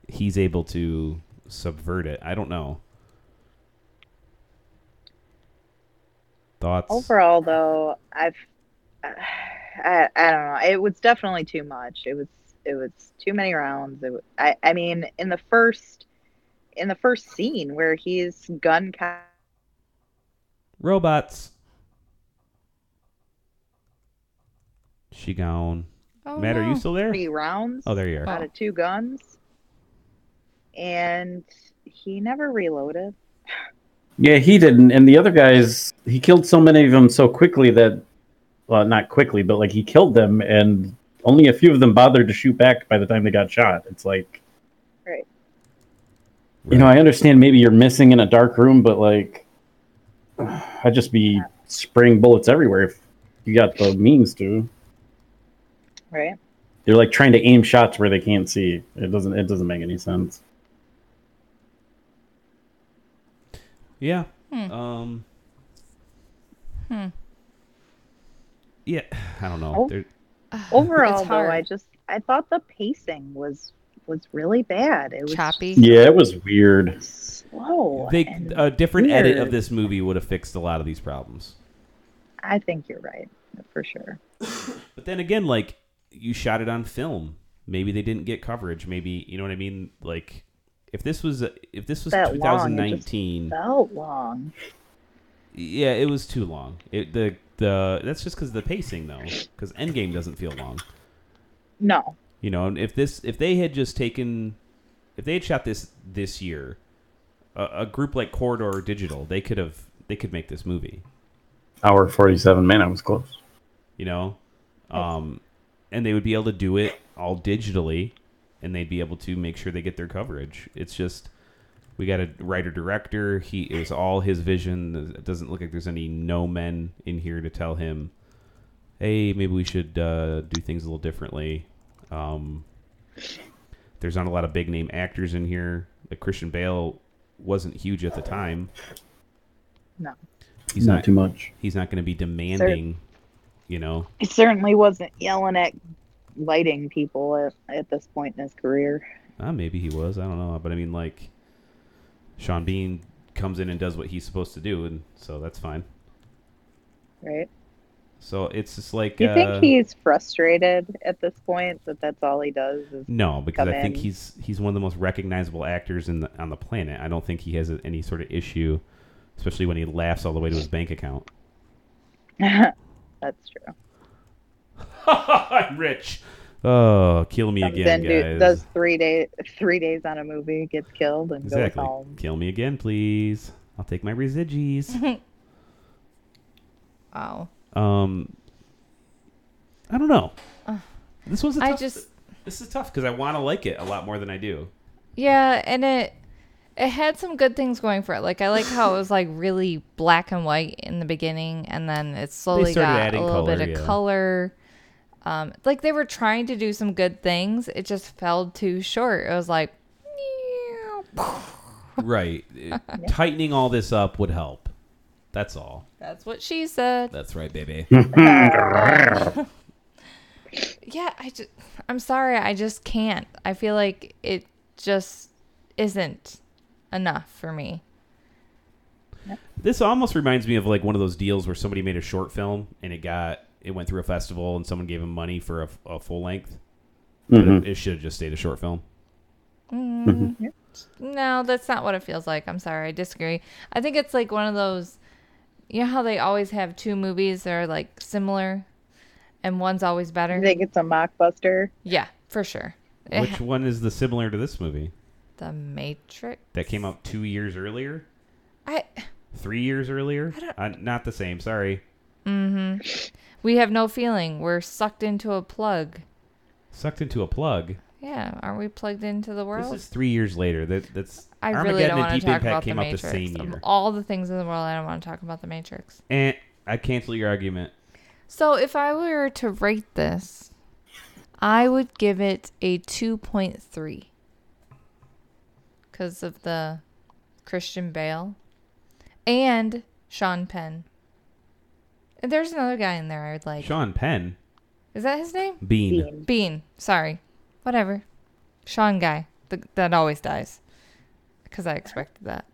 Speaker 2: he's able to subvert it. I don't know. Thoughts?
Speaker 4: overall though, I've I, I don't know. It was definitely too much. It was it was too many rounds. It, wa- I I mean, in the first in the first scene where he's gun ca-
Speaker 2: Robots. She gone.
Speaker 1: Oh,
Speaker 2: Matt, are
Speaker 1: no.
Speaker 2: you still there?
Speaker 4: Three rounds
Speaker 2: Oh, there you are.
Speaker 4: out of two guns, and he never reloaded.
Speaker 5: Yeah, he didn't. And the other guys, he killed so many of them so quickly that, well, not quickly, but like he killed them, and only a few of them bothered to shoot back by the time they got shot. It's like,
Speaker 4: Right.
Speaker 5: you know, I understand maybe you're missing in a dark room, but like, I'd just be spraying bullets everywhere if you got the means to.
Speaker 4: Right.
Speaker 5: They're like trying to aim shots where they can't see. It doesn't. It doesn't make any sense.
Speaker 2: Yeah.
Speaker 1: Hmm.
Speaker 2: Um.
Speaker 1: Hmm.
Speaker 2: Yeah, I don't know.
Speaker 4: Oh.
Speaker 2: There-
Speaker 4: Overall, though,
Speaker 1: hard.
Speaker 4: I just I thought the pacing was was really bad. It was
Speaker 1: Choppy.
Speaker 5: Yeah, it was weird.
Speaker 4: slow.
Speaker 2: they uh,
Speaker 4: and
Speaker 2: a different edit of
Speaker 4: weird.
Speaker 2: this movie would have fixed a lot of these problems.
Speaker 4: I think you're right for sure.
Speaker 2: But then again, like you shot it on film, maybe they didn't get coverage. Maybe you know what I mean. Like if this was if this was
Speaker 4: That long, it just
Speaker 2: 2019,
Speaker 4: Felt long.
Speaker 2: yeah, it was too long. It the the that's just because the pacing though, because Endgame doesn't feel long.
Speaker 4: No.
Speaker 2: You know, and if this if they had just taken if they had shot this this year, a, a group like Corridor Digital, they could have they could make this movie.
Speaker 5: Hour forty-seven. Man, I was close.
Speaker 2: you know um and they would be able to do it all digitally and they'd be able to make sure they get their coverage it's just we got a writer director he it was all his vision it doesn't look like there's any no men in here to tell him hey maybe we should uh, do things a little differently um there's not a lot of big name actors in here like christian bale wasn't huge at the time
Speaker 4: No.
Speaker 2: he's
Speaker 5: not,
Speaker 2: not
Speaker 5: too much.
Speaker 2: he's not going to be demanding you know
Speaker 4: He certainly wasn't yelling at lighting people at, at this point in his career.
Speaker 2: Uh, maybe he was. I don't know. But I mean, like, Sean Bean comes in and does what he's supposed to do, and so that's fine.
Speaker 4: Right.
Speaker 2: So it's just like.
Speaker 4: Do you
Speaker 2: uh,
Speaker 4: think he's frustrated at this point that that's all he does is
Speaker 2: No, because
Speaker 4: come
Speaker 2: I think
Speaker 4: in?
Speaker 2: he's he's one of the most recognizable actors in the, on the planet. I don't think he has any sort of issue, especially when he laughs all the way to his bank account.
Speaker 4: that's true.
Speaker 2: I'm rich. Oh, kill me
Speaker 4: Comes
Speaker 2: again,
Speaker 4: in,
Speaker 2: guys.
Speaker 4: do- does three day three days on a movie, gets killed and
Speaker 2: exactly.
Speaker 4: goes home.
Speaker 2: Kill me again, please. I'll take my residues.
Speaker 1: Wow.
Speaker 2: Um, I don't know. This was a
Speaker 1: Uh, I
Speaker 2: tough,
Speaker 1: just-
Speaker 2: this is tough because I want to like it a lot more than I do.
Speaker 1: Yeah, and it it had some good things going for it. Like I like how it was like really black and white in the beginning, and then it slowly
Speaker 2: started
Speaker 1: got
Speaker 2: adding
Speaker 1: a little
Speaker 2: color,
Speaker 1: bit of
Speaker 2: yeah.
Speaker 1: color. Um, like they were trying to do some good things, it just fell too short. It was like,
Speaker 2: Right, tightening all this up would help. That's all.
Speaker 1: that's what she said.
Speaker 2: That's right, baby.
Speaker 1: Yeah, I just, I'm sorry, I just can't. I feel like it just isn't enough for me.
Speaker 2: this almost reminds me of like one of those deals where somebody made a short film and it got it went through a festival and someone gave him money for a, a full length. But
Speaker 5: Mhm.
Speaker 2: It, it should have just stayed a short film.
Speaker 1: No, that's not what it feels like. I'm sorry. I disagree. I think it's like one of those you know how they always have two movies that are like similar and one's always
Speaker 4: I
Speaker 1: better?
Speaker 4: think it's a mockbuster.
Speaker 1: yeah, for sure. It
Speaker 2: Which
Speaker 1: ha-
Speaker 2: one is the similar to this movie
Speaker 1: the Matrix.
Speaker 2: that came out two years earlier?
Speaker 1: I
Speaker 2: three years earlier. Uh, not the same. Sorry.
Speaker 1: we have no feeling. We're sucked into a plug.
Speaker 2: Sucked into a plug.
Speaker 1: Yeah, aren't we plugged into the
Speaker 2: This
Speaker 1: world?
Speaker 2: is three years later. That that's
Speaker 1: I
Speaker 2: Armageddon
Speaker 1: really don't
Speaker 2: and
Speaker 1: want
Speaker 2: Deep
Speaker 1: to talk
Speaker 2: Impact
Speaker 1: about the
Speaker 2: came out
Speaker 1: Matrix.
Speaker 2: the same
Speaker 1: Of
Speaker 2: year.
Speaker 1: all the things in the world, I don't want to talk about the Matrix.
Speaker 2: And I cancel your argument.
Speaker 1: So if I were to rate this, I would give it a 2.3 because of the Christian Bale and Sean Penn. And there's another guy in there I would like.
Speaker 2: Sean Penn
Speaker 1: Is that his name?
Speaker 2: Bean.
Speaker 4: Bean.
Speaker 1: Bean. Sorry. Whatever. Sean guy. The, that always dies. Because I expected that.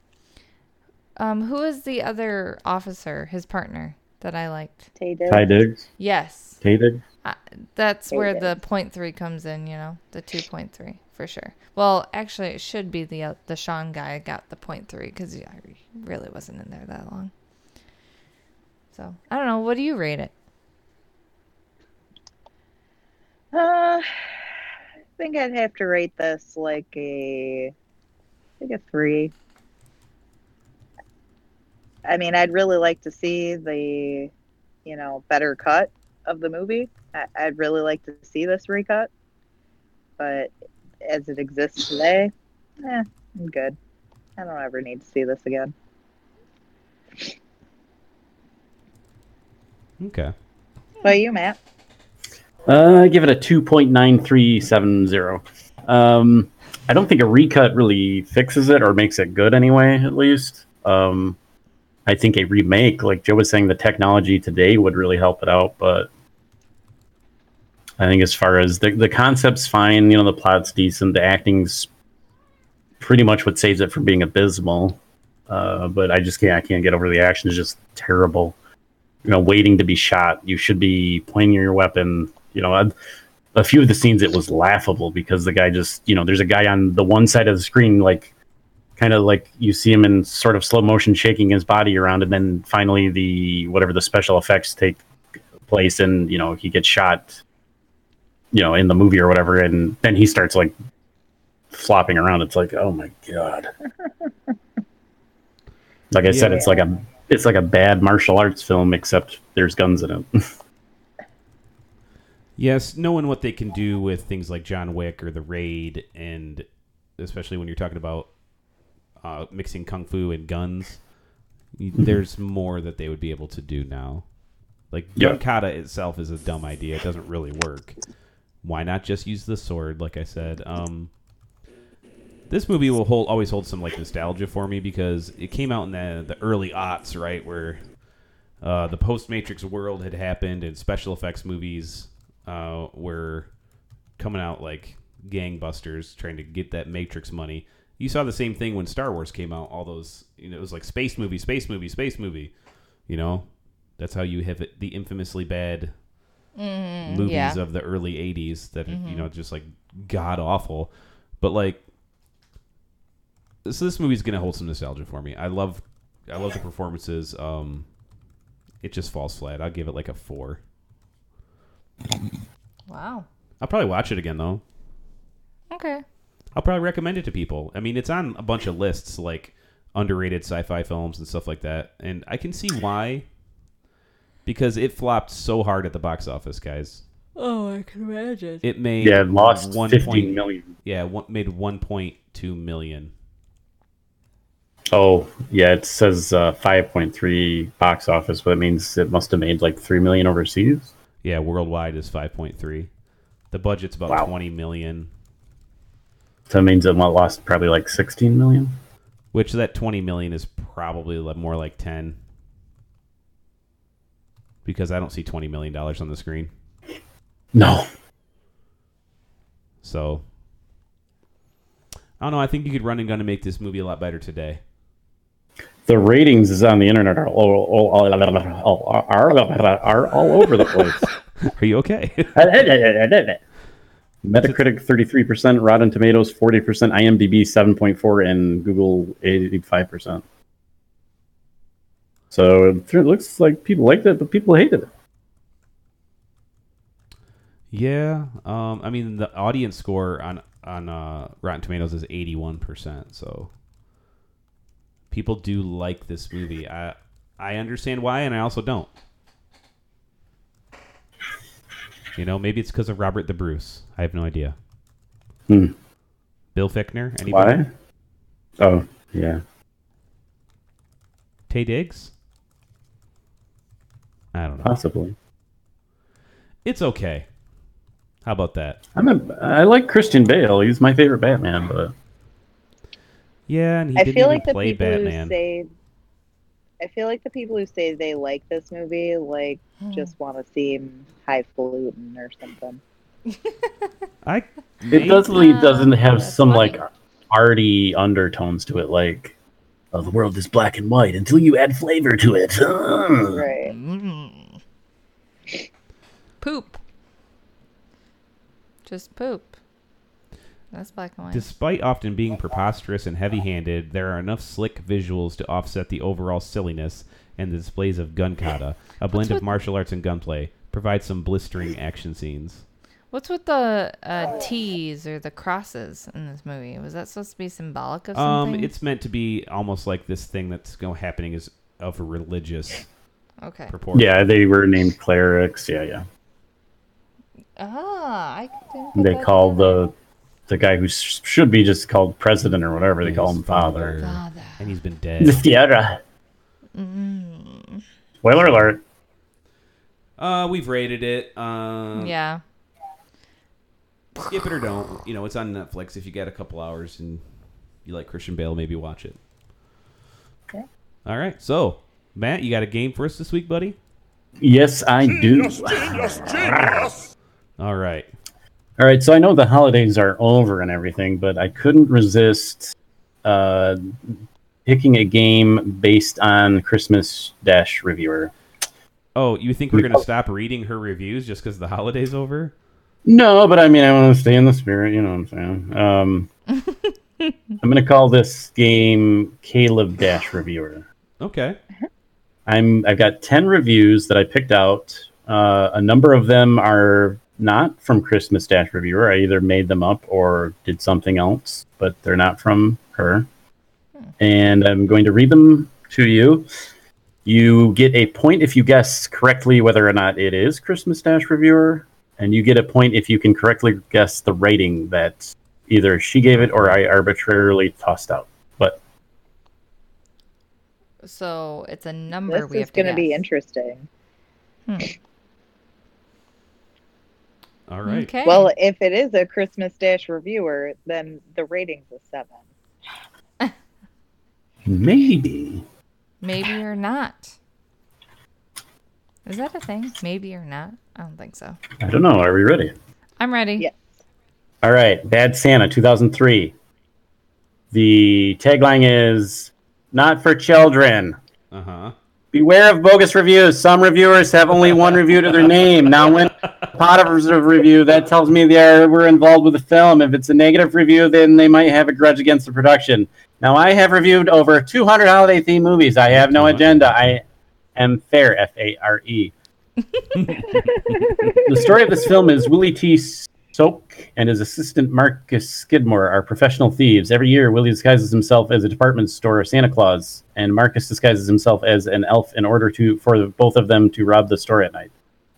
Speaker 1: Um, who is the other officer, his partner, that I liked?
Speaker 4: Tay did.
Speaker 5: Ty Diggs.
Speaker 1: Yes.
Speaker 5: Tay Diggs.
Speaker 1: I- that's
Speaker 4: There
Speaker 1: where
Speaker 4: it
Speaker 1: the point three comes in, you know, the two point three for sure. Well, actually, it should be the uh, the Sean guy got the point three because I really wasn't in there that long. So I don't know. What do you rate it?
Speaker 4: Uh, I think I'd have to rate this like a, I think a three. I mean, I'd really like to see the, you know, better cut of the movie. I, I'd really like to see this recut, but as it exists today, eh, I'm good. I don't ever need to see this again.
Speaker 2: Okay.
Speaker 4: What about you, Matt?
Speaker 5: Uh, I give it a 2.9370. Um, I don't think a recut really fixes it or makes it good anyway, at least. Um, I think a remake, like Joe was saying, the technology today would really help it out, but I think as far as the, the concept's fine, you know, the plot's decent, the acting's pretty much what saves it from being abysmal. Uh, but I just can't, I can't get over the action. It's just terrible you know waiting to be shot you should be pointing your weapon you know a, a few of the scenes it was laughable because the guy just you know there's a guy on the one side of the screen like kind of like you see him in sort of slow motion shaking his body around and then finally the whatever the special effects take place and you know he gets shot you know in the movie or whatever and then he starts like flopping around it's like oh my god like i said
Speaker 2: Yeah.
Speaker 5: it's like a it's like a bad martial arts film except there's guns in it
Speaker 2: Yes, knowing what they can do with things like John Wick or The Raid, and especially when you're talking about uh, mixing kung fu and guns, y- there's more that they would be able to do now. Like
Speaker 5: Yeah.
Speaker 2: gun kata itself is a dumb idea; it doesn't really work. Why not just use the sword? Like I said, um, this movie will hold always hold some like nostalgia for me because it came out in the the early aughts, right, where uh, the post Matrix world had happened, and special effects movies uh, were coming out like gangbusters, trying to get that Matrix money. You saw the same thing when Star Wars came out. All those, you know, it was like space movie, space movie, space movie. You know, that's how you have it, the infamously bad movies
Speaker 1: yeah.
Speaker 2: of the early '80s that are, you know just like god awful. But like, so this movie's gonna hold some nostalgia for me. I love, I love the performances. Um, it just falls flat. I'll give it like a four.
Speaker 1: Wow.
Speaker 2: I'll probably watch it again though.
Speaker 1: Okay.
Speaker 2: I'll probably recommend it to people. I mean, it's on a bunch of lists like underrated sci-fi films and stuff like that, and I can see why because it flopped so hard at the box office, guys.
Speaker 1: Oh, I can imagine.
Speaker 2: It made
Speaker 5: yeah it lost
Speaker 2: one
Speaker 5: 15
Speaker 2: point-
Speaker 5: million
Speaker 2: Yeah, one, made one point two million.
Speaker 5: oh yeah it says uh, 5.3 box office but it means it must have made like 3 million overseas
Speaker 2: Yeah, worldwide is five point three. The budget's about
Speaker 5: Wow.
Speaker 2: twenty million,
Speaker 5: so it means it lost probably like 16 million
Speaker 2: which that twenty million is probably li- more like ten, because I don't see twenty million dollars on the screen.
Speaker 5: no
Speaker 2: So I don't know. I think you could run and gun to make this movie a lot better today.
Speaker 5: the ratings is on the internet are all, all, all, all, are, are all over the place
Speaker 2: Are you okay?
Speaker 5: Metacritic 33%, Rotten Tomatoes 40%, IMDb 7.4, and Google 85%. So it th- looks like people liked it, but people hated it.
Speaker 2: yeah. Um, I mean, the audience score on on uh, Rotten Tomatoes is eighty one percent. So people do like this movie. I I understand why, and I also don't. You know, maybe it's because of Robert the Bruce. I have no idea.
Speaker 5: Hmm.
Speaker 2: Bill Fickner. Anybody?
Speaker 5: Why? Oh, yeah.
Speaker 2: Tay Diggs. I don't know.
Speaker 5: Possibly.
Speaker 2: It's okay. How about that?
Speaker 5: I'm a, I like Christian Bale. He's my favorite Batman, but
Speaker 2: Yeah, and he
Speaker 4: I
Speaker 2: didn't
Speaker 4: feel
Speaker 2: even
Speaker 4: like the
Speaker 2: play
Speaker 4: people
Speaker 2: Batman.
Speaker 4: who say I feel like the people who say they like this movie like
Speaker 1: Hmm.
Speaker 4: just want to seem highfalutin or something.
Speaker 2: I
Speaker 5: it definitely
Speaker 1: Yeah,
Speaker 5: doesn't have
Speaker 1: that's
Speaker 5: some,
Speaker 1: funny.
Speaker 5: like, arty undertones to it, like, oh, the world is black and white until you add flavor to it.
Speaker 4: Right.
Speaker 1: Mm. Poop. Just poop. That's black and white.
Speaker 2: Despite often being preposterous and heavy handed, there are enough slick visuals to offset the overall silliness and the displays of gun kata. A blend of
Speaker 1: with-
Speaker 2: martial arts and gunplay provides some blistering action scenes.
Speaker 1: What's with the uh, T's or the crosses in this movie? Was that supposed to be symbolic of
Speaker 2: Um,
Speaker 1: something?
Speaker 2: it's meant to be almost like this thing that's going happening is of a religious
Speaker 1: okay.
Speaker 2: purport.
Speaker 5: Yeah, they were named clerics. Yeah, yeah.
Speaker 1: Ah, I didn't put
Speaker 5: They
Speaker 1: that
Speaker 5: call
Speaker 1: together.
Speaker 5: the the guy who s- should be just called president or whatever. They call
Speaker 2: His
Speaker 5: him father.
Speaker 1: Father.
Speaker 2: and he's been
Speaker 5: The
Speaker 2: dead.
Speaker 5: Sierra.
Speaker 1: Mm-hmm.
Speaker 5: Spoiler alert.
Speaker 2: uh, we've rated it. Um,
Speaker 1: Yeah.
Speaker 2: skip it or don't. You know, it's on Netflix. If you got a couple hours and you like Christian Bale, maybe watch it.
Speaker 4: Okay.
Speaker 2: All right. So, Matt, you got a game for us this week, buddy?
Speaker 5: Yes, I do.
Speaker 3: Genius, genius, genius!
Speaker 2: All right.
Speaker 5: All right, so I know the holidays are over and everything, but I couldn't resist uh, picking a game based on Christmas Dash Reviewer.
Speaker 2: Oh, you think we're gonna stop reading her reviews just because the holiday's over?
Speaker 5: No, but I mean, I want to stay in the spirit, you know what I'm saying? Um, I'm going to call this game Caleb Dash Reviewer.
Speaker 2: Okay.
Speaker 5: I'm I've got ten reviews that I picked out. Uh, a number of them are not from Christmas Dash Reviewer. I either made them up or did something else, but they're not from her. And I'm going to read them to you. You get a point if you guess correctly whether or not it is Christmas Dash Reviewer, and you get a point if you can correctly guess the rating that either she gave it or I arbitrarily tossed out. But
Speaker 1: So it's a number
Speaker 4: This
Speaker 1: we
Speaker 4: is
Speaker 1: have to
Speaker 4: going to be
Speaker 1: guess.
Speaker 4: interesting.
Speaker 2: All right.
Speaker 1: Okay.
Speaker 4: Well, if it is a Christmas Dash reviewer, then the rating's a seven.
Speaker 5: maybe
Speaker 1: maybe or not. Is that a thing? Maybe or not? I don't think so.
Speaker 5: I don't know. Are we ready?
Speaker 1: I'm ready.
Speaker 4: Yes.
Speaker 5: All right, Bad Santa, 2003. The tagline is "Not for children."
Speaker 2: Uh huh.
Speaker 5: Beware of bogus reviews. Some reviewers have only one review to their name. Now, when a positive review, that tells me they are, were involved with the film. If it's a negative review, then they might have a grudge against the production. Now, I have reviewed over 200 holiday themed movies. I have no agenda. I am fair, F A R E. The story of this film is Willie T. Soak and his assistant Marcus Skidmore are professional thieves. Every year, Willie disguises himself as a department store Santa Claus, and Marcus disguises himself as an elf in order to for the, both of them to rob the store at night,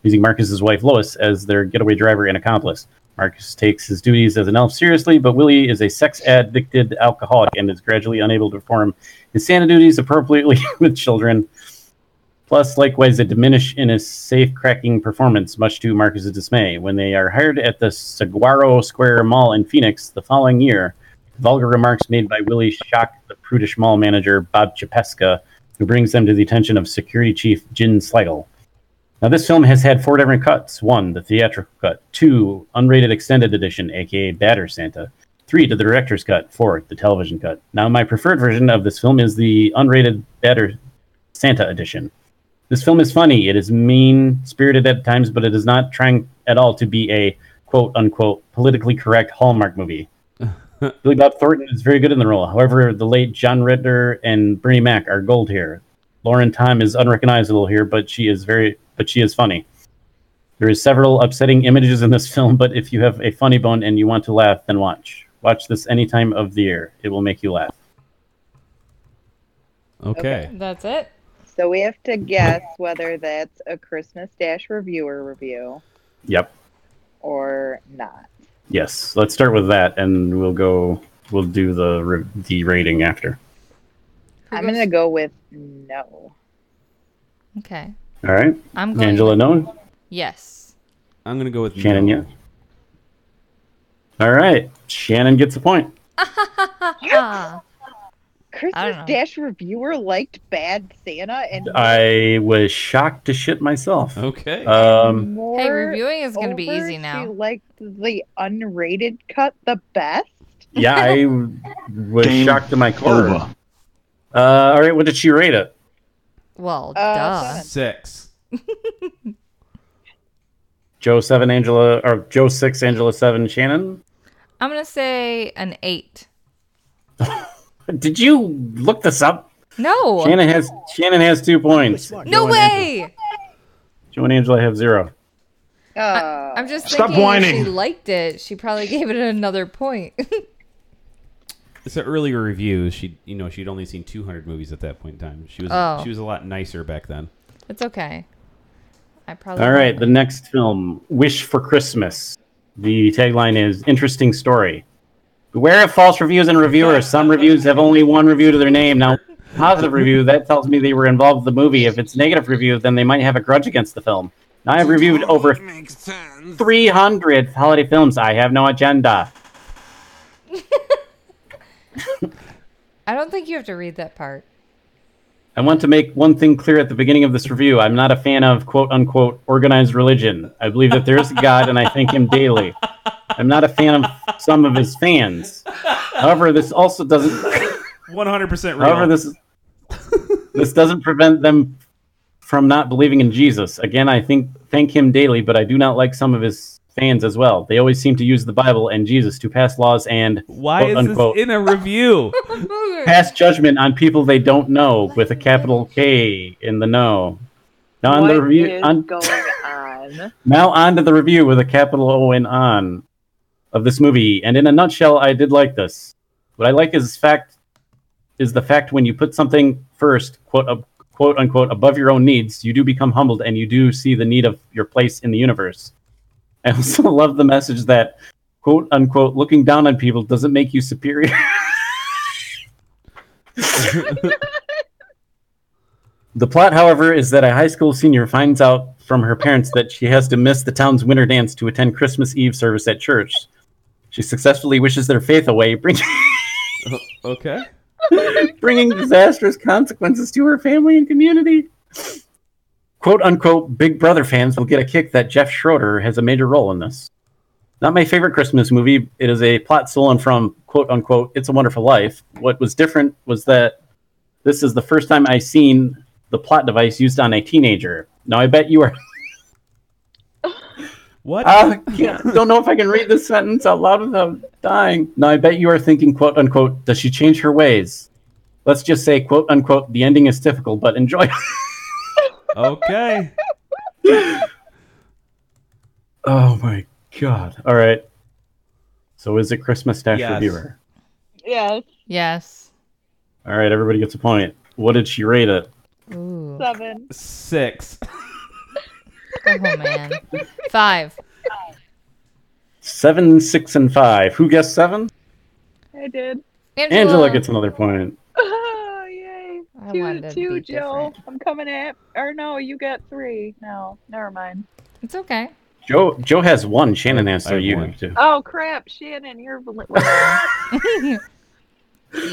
Speaker 5: using Marcus's wife Lois as their getaway driver and accomplice. Marcus takes his duties as an elf seriously, but Willie is a sex addicted alcoholic and is gradually unable to perform his Santa duties appropriately with children. Plus, likewise, they diminish in a safe cracking performance, much to Marcus's dismay. When they are hired at the Saguaro Square Mall in Phoenix the following year, vulgar remarks made by Willie shock the prudish mall manager, Bob Chapeska, who brings them to the attention of security chief Jin Slagle. Now, this film has had four different cuts one, the theatrical cut, two, unrated extended edition, aka Batter Santa, three, to the director's cut, four, the television cut. Now, my preferred version of this film is the unrated Batter Santa edition. This film is funny. It is mean spirited at times, but it is not trying at all to be a quote unquote politically correct Hallmark movie. Billy Bob Thornton is very good in the role. However, the late John Ritter and Bernie Mac are gold here. Lauren Tom is unrecognizable here, but she is very but she is funny. There is several upsetting images in this film, but if you have a funny bone and you want to laugh, then watch. Watch this any time of the year. It will make you laugh.
Speaker 2: Okay.
Speaker 1: That's it.
Speaker 4: So we have to guess whether that's a Christmas Dash reviewer review
Speaker 5: Yep.
Speaker 4: or not.
Speaker 5: Yes, let's start with that, and we'll go. We'll do the re- the rating after.
Speaker 1: Who
Speaker 4: I'm
Speaker 1: goes-
Speaker 4: gonna go with no.
Speaker 1: Okay.
Speaker 5: All right,
Speaker 1: I'm going.
Speaker 5: Angela, no,
Speaker 1: Yes.
Speaker 2: I'm gonna go with
Speaker 5: Shannon,
Speaker 2: no.
Speaker 5: yeah. All right, Shannon gets a point.
Speaker 1: Ah,
Speaker 4: Christmas
Speaker 1: know.
Speaker 4: Dash reviewer liked Bad Santa and
Speaker 5: I was shocked to shit myself.
Speaker 7: Oh.
Speaker 2: Okay.
Speaker 5: Um,
Speaker 4: more
Speaker 1: hey, reviewing is going to be
Speaker 4: over,
Speaker 1: easy
Speaker 4: She
Speaker 1: now.
Speaker 4: liked the unrated cut the best.
Speaker 5: yeah, I was
Speaker 7: Game
Speaker 5: shocked to my core. Uh,
Speaker 7: Over.
Speaker 5: all right, what did she rate it?
Speaker 1: Well,
Speaker 4: Uh,
Speaker 1: duh.
Speaker 2: Six.
Speaker 5: Joe seven, Angela, or Joe six, Angela seven, Shannon.
Speaker 1: I'm gonna say an eight.
Speaker 5: Did you look this up?
Speaker 1: No,
Speaker 5: Shannon has Shannon has two points.
Speaker 1: no
Speaker 5: Joe and Angela-
Speaker 1: way.
Speaker 5: Joe and Angela have zero.
Speaker 4: Oh,
Speaker 1: I'm just
Speaker 3: Stop
Speaker 1: thinking if she
Speaker 3: whining.
Speaker 1: liked it. She probably gave it another point.
Speaker 2: It's an earlier review. She, you know, she'd only seen 200 movies at that point in time. She was
Speaker 1: Oh.
Speaker 2: she was a lot nicer back then.
Speaker 1: it's okay. I probably
Speaker 5: All right, the next film, Wish for Christmas. The tagline is interesting story. Beware of false reviews and reviewers. Some reviews have only one review to their name. Now, positive review, that tells me they were involved with the movie. If it's negative review, then they might have a grudge against the film. Now, I have reviewed over
Speaker 3: Makes sense.
Speaker 5: 300 holiday films. I have no agenda.
Speaker 1: I don't think you have to read that part.
Speaker 5: I want to make one thing clear at the beginning of this review. I'm not a fan of quote unquote organized religion. I believe that there is a God and I thank him daily. I'm not a fan of some of his fans. However, this also doesn't
Speaker 2: 100% real.
Speaker 5: however this this doesn't prevent them from not believing in Jesus. Again, I think thank him daily, but I do not like some of his fans as well. They always seem to use the Bible and Jesus to pass laws and
Speaker 2: Why
Speaker 5: quote
Speaker 2: is
Speaker 5: unquote
Speaker 2: this in a review?
Speaker 5: pass judgment on people they don't know with a capital K in the know. Now on the
Speaker 4: Oh. what
Speaker 5: review,
Speaker 4: is
Speaker 5: on,
Speaker 4: going on?
Speaker 5: now on to the review with a capital O and on of this movie. And in a nutshell, I did like this. What I like is fact is the fact when you put something first, quote up, quote unquote, above your own needs, you do become humbled and you do see the need of your place in the universe. I also love the message that quote unquote looking down on people doesn't make you superior. The plot, however, is that a high school senior finds out from her parents that she has to miss the town's winter dance to attend Christmas Eve service at church. She successfully wishes their faith away, bring-
Speaker 2: okay.
Speaker 5: bringing disastrous consequences to her family and community. Quote unquote, Big Brother fans will get a kick that Jeff Schroeder has a major role in this. Not my favorite Christmas movie. It is a plot stolen from quote unquote It's a Wonderful Life. What was different was that this is the first time I seen the plot device used on a teenager. Now I bet you are.
Speaker 2: What?
Speaker 5: I can't- don't know if I can read this sentence out loud without dying. Now I bet you are thinking, quote unquote, does she change her ways? Let's just say, quote unquote, the ending is typical, but enjoy.
Speaker 2: okay.
Speaker 5: oh my god! All right. So is it Christmas Dash
Speaker 2: Yes.
Speaker 5: reviewer?
Speaker 4: Yes,
Speaker 1: Yes.
Speaker 5: All right, everybody gets a point. What did she rate it?
Speaker 1: Ooh.
Speaker 4: seven.
Speaker 2: Six.
Speaker 1: Oh man. Five.
Speaker 5: Seven, six, and five. Who guessed seven?
Speaker 4: I did.
Speaker 1: Angela,
Speaker 5: Angela gets another point.
Speaker 4: Oh yay!
Speaker 1: I
Speaker 4: Two,
Speaker 1: wanted to
Speaker 4: two,
Speaker 1: be
Speaker 4: Joe.
Speaker 1: different.
Speaker 4: I'm coming at. Or no, you got three. No, never mind.
Speaker 1: It's okay.
Speaker 5: Joe Joe has one. Shannon has
Speaker 2: I have
Speaker 5: three. You
Speaker 2: one.
Speaker 5: have two.
Speaker 4: Oh crap, Shannon, you're bl-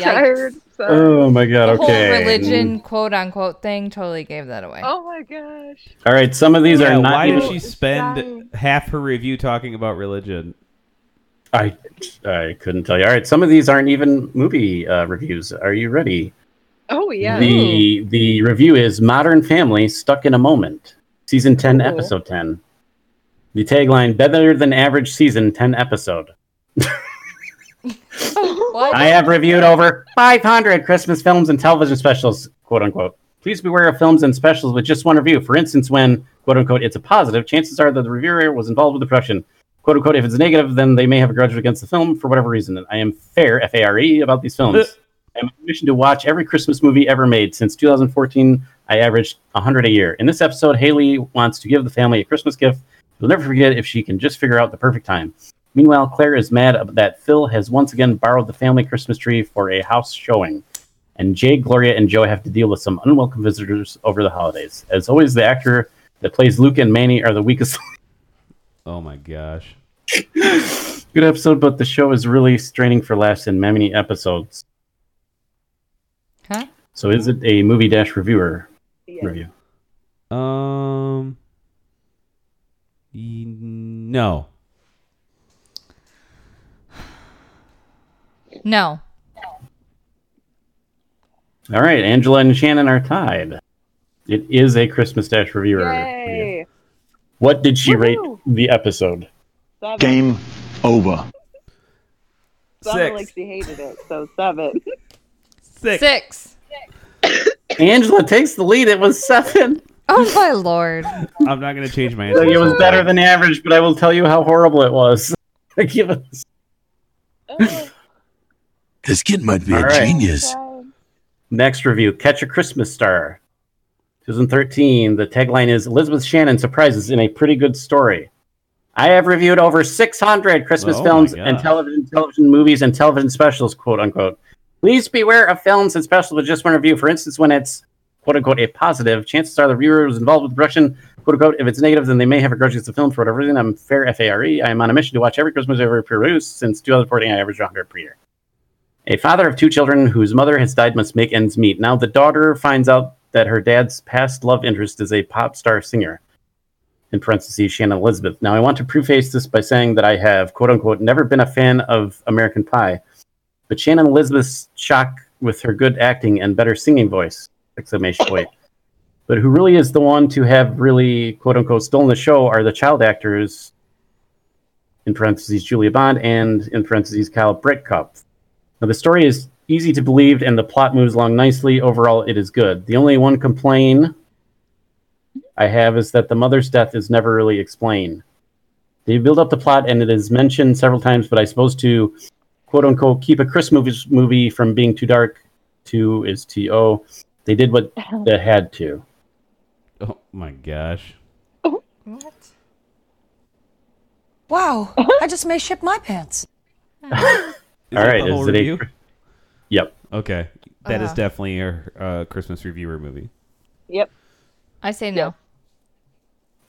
Speaker 4: tired.
Speaker 1: Yikes.
Speaker 4: So.
Speaker 5: Oh my god!
Speaker 1: The
Speaker 5: Okay.
Speaker 1: whole religion quote unquote thing totally gave that away.
Speaker 4: oh my gosh.
Speaker 5: All right. Some of these
Speaker 2: Yeah,
Speaker 5: are not.
Speaker 2: why
Speaker 5: even-
Speaker 2: did she spend
Speaker 4: dying.
Speaker 2: half her review talking about religion?
Speaker 5: I I couldn't tell you. All right, some of these aren't even movie uh, reviews. Are you ready?
Speaker 4: Oh yeah.
Speaker 5: The the review is Modern Family Stuck in a Moment, season 10
Speaker 4: Ooh.
Speaker 5: episode 10. The tagline better than average season 10 episode.
Speaker 1: What?
Speaker 5: I have reviewed over 500 Christmas films and television specials, quote unquote. Please beware of films and specials with just one review. For instance, when, quote unquote, it's a positive, chances are that the reviewer was involved with the production. Quote unquote, if it's negative, then they may have a grudge against the film for whatever reason. I am fair, F A R E, about these films. I'm on a mission to watch every Christmas movie ever made. Since 2014, I averaged 100 a year. In this episode, Haley wants to give the family a Christmas gift. You'll never forget if she can just figure out the perfect time. Meanwhile, Claire is mad ab- that Phil has once again borrowed the family Christmas tree for a house showing, and Jay, Gloria, and Joe have to deal with some unwelcome visitors over the holidays. As always, the actor that plays Luke and Manny are the weakest.
Speaker 2: Oh my gosh.
Speaker 5: Good episode, but the show is really straining for laughs in many episodes.
Speaker 1: Huh?
Speaker 5: So, is it a movie dash reviewer review?
Speaker 2: Um. y- No.
Speaker 1: No.
Speaker 5: All right, Angela and Shannon are tied. It is a Christmas dash reviewer. review.
Speaker 4: Yay.
Speaker 5: What did she
Speaker 4: Woohoo!
Speaker 5: rate the episode?
Speaker 4: Seven.
Speaker 7: Game over.
Speaker 4: sounded
Speaker 2: Six.
Speaker 4: like she hated it, so seven.
Speaker 2: Six.
Speaker 1: Six.
Speaker 5: Angela takes the lead. It was seven.
Speaker 1: Oh my lord.
Speaker 2: I'm not going to change my answer.
Speaker 5: Like, it was better than average, but I will tell you how horrible it was. I give it.
Speaker 4: Oh,
Speaker 7: This kid might be
Speaker 5: All
Speaker 7: a
Speaker 5: right.
Speaker 7: genius.
Speaker 4: God.
Speaker 5: Next review Catch a Christmas Star. 2013. The tagline is Elizabeth Shannon surprises in a pretty good story. I have reviewed over 600 Christmas
Speaker 2: Oh my
Speaker 5: films and
Speaker 2: gosh.
Speaker 5: television, television movies and television specials, quote unquote. Please beware of films and specials with just one review. For instance, when it's quote unquote a positive, chances are the reviewer was involved with the production. Quote unquote, if it's negative, then they may have a grudge against the film for whatever reason. I'm fair F A R E. I am on a mission to watch every Christmas ever produced since 2014. I average 100 per year. A father of two children whose mother has died must make ends meet. Now the daughter finds out that her dad's past love interest is a pop star singer. In parentheses, Shannon Elizabeth. Now I want to preface this by saying that I have, quote unquote, never been a fan of American Pie, but Shannon Elizabeth's shock with her good acting and better singing voice, exclamation point. But who really is the one to have really, quote unquote, stolen the show are the child actors, in parentheses, Julia Bond, and in parentheses, Kyle Britkup. Now, the story is easy to believe, and the plot moves along nicely. Overall, it is good. The only one complaint I have is that the mother's death is never really explained. They build up the plot, and it is mentioned several times, but I suppose to quote unquote keep a Christmas movie from being too dark, two is T O. They did what
Speaker 1: Uh-huh.
Speaker 5: they had to.
Speaker 2: Oh my gosh.
Speaker 1: What?
Speaker 8: Wow, I just may ship my pants.
Speaker 2: Is
Speaker 5: All
Speaker 2: that
Speaker 5: right,
Speaker 2: the whole
Speaker 5: is it a-
Speaker 2: review?
Speaker 5: Yep.
Speaker 2: Okay, that is
Speaker 1: Uh.
Speaker 2: definitely a uh, Christmas reviewer movie.
Speaker 4: Yep.
Speaker 1: I say no.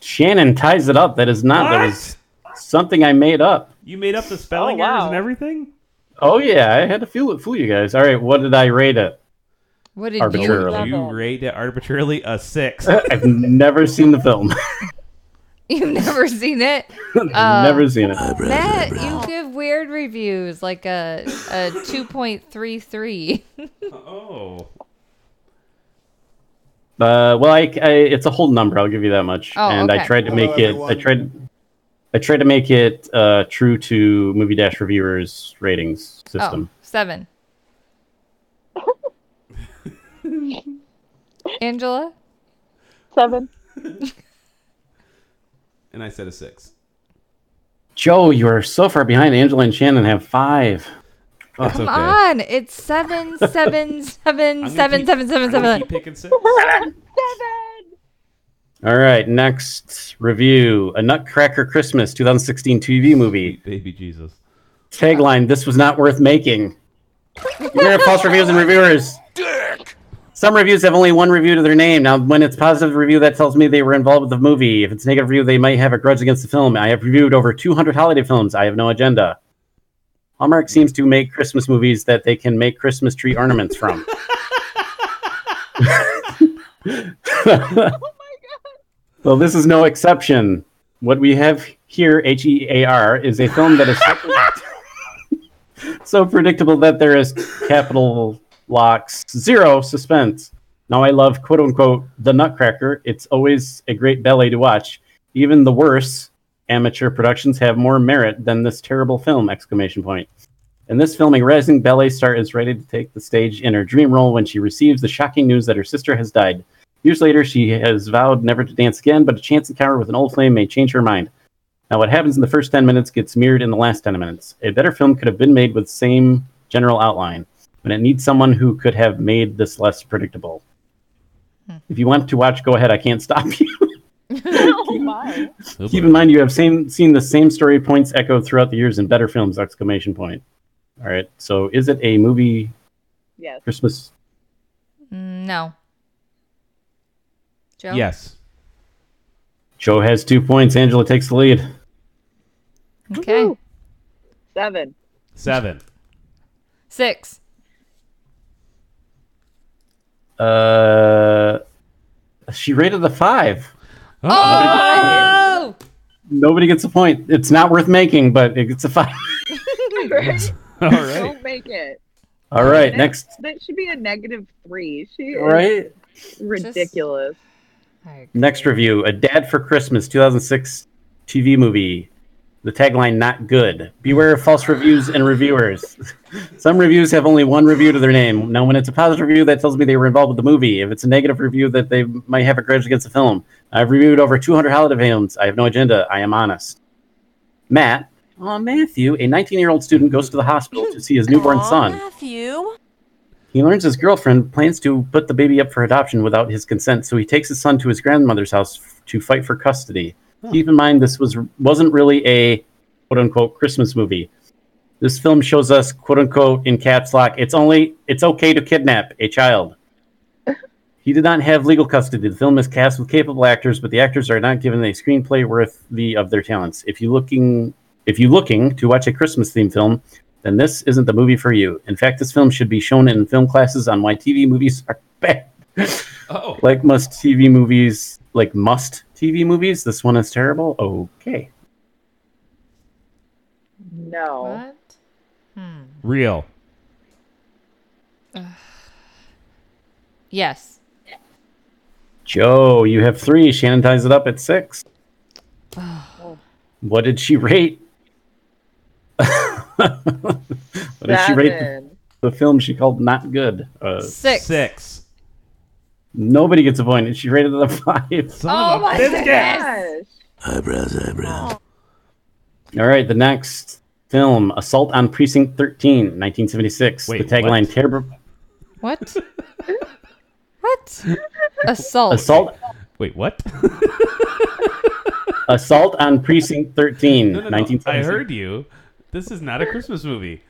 Speaker 5: Shannon ties it up. That is not. That was something I made up.
Speaker 2: You made up the spelling
Speaker 4: Oh, wow.
Speaker 2: errors and everything.
Speaker 5: Oh, yeah. I had to fool, fool you guys. All right. What did I rate it?
Speaker 1: What did
Speaker 5: Arbitrarily.
Speaker 1: you?
Speaker 2: You rate it arbitrarily a six.
Speaker 5: I've never seen the film.
Speaker 1: You've never seen it. Uh,
Speaker 5: I've never seen it.
Speaker 1: Matt, you give weird reviews like a a two point three three.
Speaker 2: oh,
Speaker 5: Uh, well, I, I, it's a whole number. I'll give you that much.
Speaker 1: Oh,
Speaker 5: and
Speaker 1: okay.
Speaker 5: I tried to
Speaker 6: Hello,
Speaker 5: make it. I
Speaker 6: everyone.
Speaker 5: tried. I tried to make it uh, true to movie dash reviewers ratings
Speaker 1: Oh,
Speaker 5: system.
Speaker 1: seven. Angela,
Speaker 4: Seven.
Speaker 2: and I said a six.
Speaker 5: Joe, you are so far behind. Angela and Shannon have five. Oh.
Speaker 2: That's
Speaker 1: come
Speaker 2: okay.
Speaker 1: on! It's seven, seven, seven,
Speaker 2: I'm gonna
Speaker 1: seven,
Speaker 2: keep-
Speaker 1: seven,
Speaker 2: I'm
Speaker 1: seven,
Speaker 2: gonna
Speaker 1: seven.
Speaker 2: keep picking six.
Speaker 5: All right, next review: A Nutcracker Christmas, 2016 TV movie.
Speaker 2: Baby Jesus.
Speaker 5: Tagline: This was not worth making. We're gonna false reviews and reviewers. Some reviews have only one review to their name. Now, when it's positive review, that tells me they were involved with the movie. If it's negative review, they might have a grudge against the film. I have reviewed over 200 holiday films. I have no agenda. Hallmark seems to make Christmas movies that they can make Christmas tree ornaments from. Well, this is no exception. What we have here, H E A R, is a film that is so- so predictable that there is capital locks, zero suspense. Now, I love quote unquote the Nutcracker. It's always a great ballet to watch. Even the worse amateur productions have more merit than this terrible film! Exclamation point. In this film, a rising ballet star is ready to take the stage in her dream role when she receives the shocking news that her sister has died. Years later, she has vowed never to dance again, but a chance encounter with an old flame may change her mind. Now, what happens in the first 10 minutes gets mirrored in the last 10 minutes. A better film could have been made with the same general outline, but it needs someone who could have made this less predictable. If you want to watch, go ahead. I can't stop you.
Speaker 4: Oh my.
Speaker 5: Keep in mind, you have same, seen the same story points echoed throughout the years in better films! Exclamation point. All right. So, is it a movie
Speaker 4: Yes.
Speaker 5: Christmas?
Speaker 1: Mm, No. Joe.
Speaker 2: Yes.
Speaker 5: Joe has two points. Angela takes the lead.
Speaker 1: Okay.
Speaker 4: Seven.
Speaker 2: Seven.
Speaker 1: Six.
Speaker 5: Uh, she rated the five.
Speaker 1: Oh!
Speaker 5: Nobody gets a point. It's not worth making, but it gets a five.
Speaker 2: All right.
Speaker 4: Don't make it.
Speaker 5: All right, next.
Speaker 4: That should be a negative three. She is
Speaker 5: Right.
Speaker 4: ridiculous.
Speaker 5: Next review: A Dad for Christmas, 2006 TV movie. The tagline, not good. Beware of false reviews and reviewers. Some reviews have only one review to their name. Now, when it's a positive review, that tells me they were involved with the movie. If it's a negative review, that they might have a grudge against the film. I've reviewed over 200 holiday films. I have no agenda. I am honest. Matt, uh, Matthew, a 19 year old student, goes to the hospital to see his newborn
Speaker 8: Aw,
Speaker 5: son.
Speaker 8: Matthew.
Speaker 5: He learns his girlfriend plans to put the baby up for adoption without his consent, so he takes his son to his grandmother's house f- to fight for custody. Keep in mind, this was wasn't really a "quote unquote" Christmas movie. This film shows us "quote unquote" in caps lock. It's only it's okay to kidnap a child. he did not have legal custody. The film is cast with capable actors, but the actors are not given a screenplay worthy of their talents. If you looking if you looking to watch a Christmas themed film, then this isn't the movie for you. In fact, this film should be shown in film classes on why TV movies are bad.
Speaker 2: Oh.
Speaker 5: Like must TV movies, like must TV movies, this one is terrible. Okay.
Speaker 4: No.
Speaker 1: What?
Speaker 2: Real.
Speaker 1: Yes.
Speaker 5: Joe, you have three. Shannon ties it up at six. what did she rate? what did she rate the,
Speaker 4: Seven.
Speaker 5: the film she called not good? Uh,
Speaker 1: Six.
Speaker 2: Six.
Speaker 5: nobody gets a point. She rated it a five.
Speaker 1: Oh my goodness.
Speaker 4: Gosh.
Speaker 7: Eyebrows, eyebrows.
Speaker 5: All right, the next film, Assault on Precinct 13, 1976.
Speaker 2: Wait,
Speaker 5: the tagline,
Speaker 2: what?
Speaker 5: terrible
Speaker 1: What? what? Assault.
Speaker 5: Assault
Speaker 2: Wait, what?
Speaker 5: Assault on Precinct 13,
Speaker 2: No, no, no.
Speaker 5: 1976.
Speaker 2: I heard you. This is not a Christmas movie.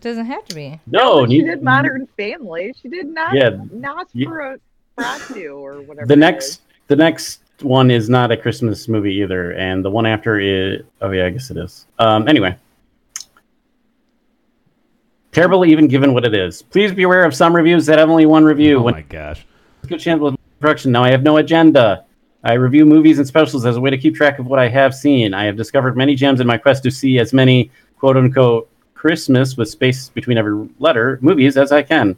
Speaker 1: Doesn't have to be.
Speaker 5: No,
Speaker 4: she
Speaker 5: neith-
Speaker 4: did Modern Family. She did not.
Speaker 5: Oh, Yeah.
Speaker 4: Not
Speaker 5: Ye-
Speaker 4: for a Nosferatu or whatever.
Speaker 5: the
Speaker 4: it
Speaker 5: next
Speaker 4: is.
Speaker 5: the next one is not a Christmas movie either, and the one after is oh yeah, I guess it is. Um, anyway, terrible even given what it is. Please be aware of some reviews that have only one review.
Speaker 2: Oh
Speaker 5: When
Speaker 2: my gosh.
Speaker 5: good chance with production. Now I have no agenda. I review movies and specials as a way to keep track of what I have seen. I have discovered many gems in my quest to see as many quote unquote Christmas with space between every letter movies as I can.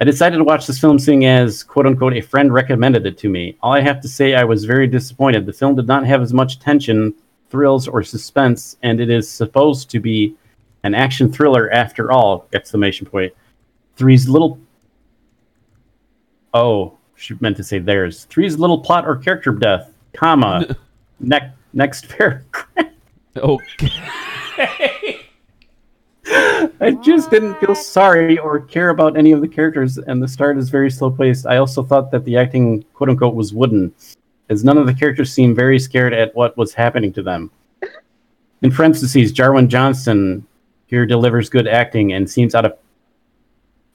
Speaker 5: I decided to watch this film seeing as quote unquote a friend recommended it to me. All I have to say I was very disappointed. The film did not have as much tension, thrills, or suspense, and it is supposed to be an action thriller after all. Exclamation point. Three's little Oh, she meant to say theirs. Three's little plot or character death, comma. next next paragraph.
Speaker 2: Okay.
Speaker 5: I just didn't feel sorry or care about any of the characters, and the start is very slow paced. I also thought that the acting, quote unquote, was wooden, as none of the characters seemed very scared at what was happening to them. In parentheses, Jarwin Johnson here delivers good acting and seems out of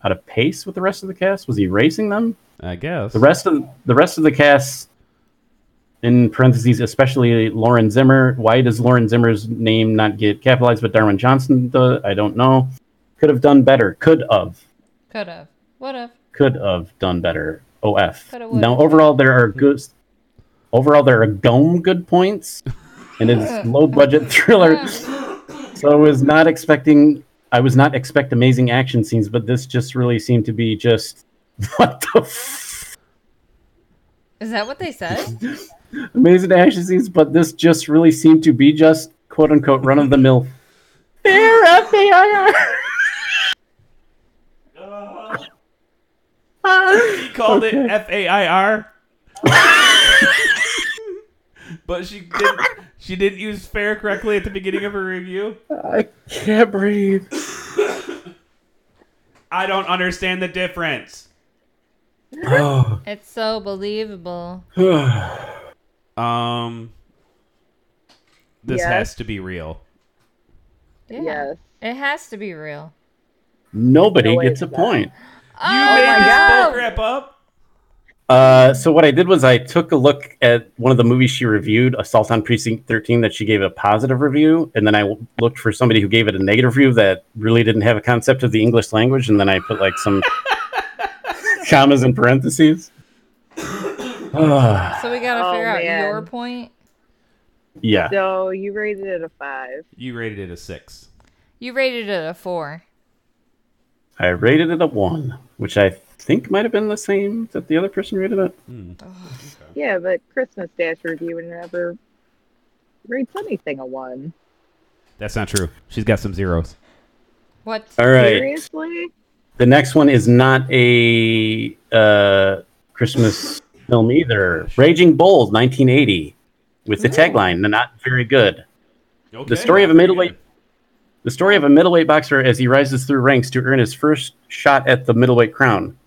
Speaker 5: out of pace with the rest of the cast. Was he racing them?
Speaker 2: I guess.
Speaker 5: The rest of the rest of the cast, in parentheses, especially Lauren Zimmer. Why does Lauren Zimmer's name not get capitalized, but Darwin Johnson does? I don't know. Could have done better. Could have.
Speaker 1: Could have. Would have.
Speaker 5: Could have done better. OF.
Speaker 1: Coulda, woulda.
Speaker 5: Now overall there are good. Overall there are dome good points, and it's low budget thriller. So I was not expecting. I was not expect amazing action scenes, but this just really seemed to be just what the. F-
Speaker 1: Is that what they said?
Speaker 5: amazing action scenes, but this just really seemed to be just quote unquote run of the mill. Fair FAIR.
Speaker 2: He called it F A I R. But she didn't. She didn't use fair correctly at the beginning of her review.
Speaker 5: I can't breathe.
Speaker 2: I don't understand the difference.
Speaker 1: it's so believable.
Speaker 2: Um, this
Speaker 4: Yes.
Speaker 2: has to be real.
Speaker 1: Yeah.
Speaker 4: Yes.
Speaker 1: It has to be real.
Speaker 5: Nobody
Speaker 4: No way
Speaker 5: gets a
Speaker 4: is that.
Speaker 5: point.
Speaker 1: Oh
Speaker 2: Made
Speaker 1: my
Speaker 2: this
Speaker 1: god.
Speaker 2: bullcrap up.
Speaker 5: Uh, so what I did was I took a look at one of the movies she reviewed, Assault on Precinct 13, that she gave a positive review, and then I w- looked for somebody who gave it a negative review that really didn't have a concept of the English language, and then I put like some commas and parentheses.
Speaker 1: So we gotta
Speaker 4: Oh,
Speaker 1: figure out
Speaker 4: man.
Speaker 1: your point.
Speaker 5: Yeah.
Speaker 4: So you rated it a five.
Speaker 2: You rated it a six.
Speaker 1: You rated it a four.
Speaker 5: I rated it a one, which I think might have been the same that the other person rated it.
Speaker 4: Yeah, but Christmas Dash review and never Great Sunny thing a one.
Speaker 2: That's not true. She's got some zeros.
Speaker 1: What?
Speaker 5: All right.
Speaker 4: Seriously?
Speaker 5: The next one is not a uh, Christmas film either. Raging Bulls, 1980, with the tagline "Not very good." The story of a middleweight. The story of a middleweight boxer as he rises through ranks to earn his first shot at the middleweight crown.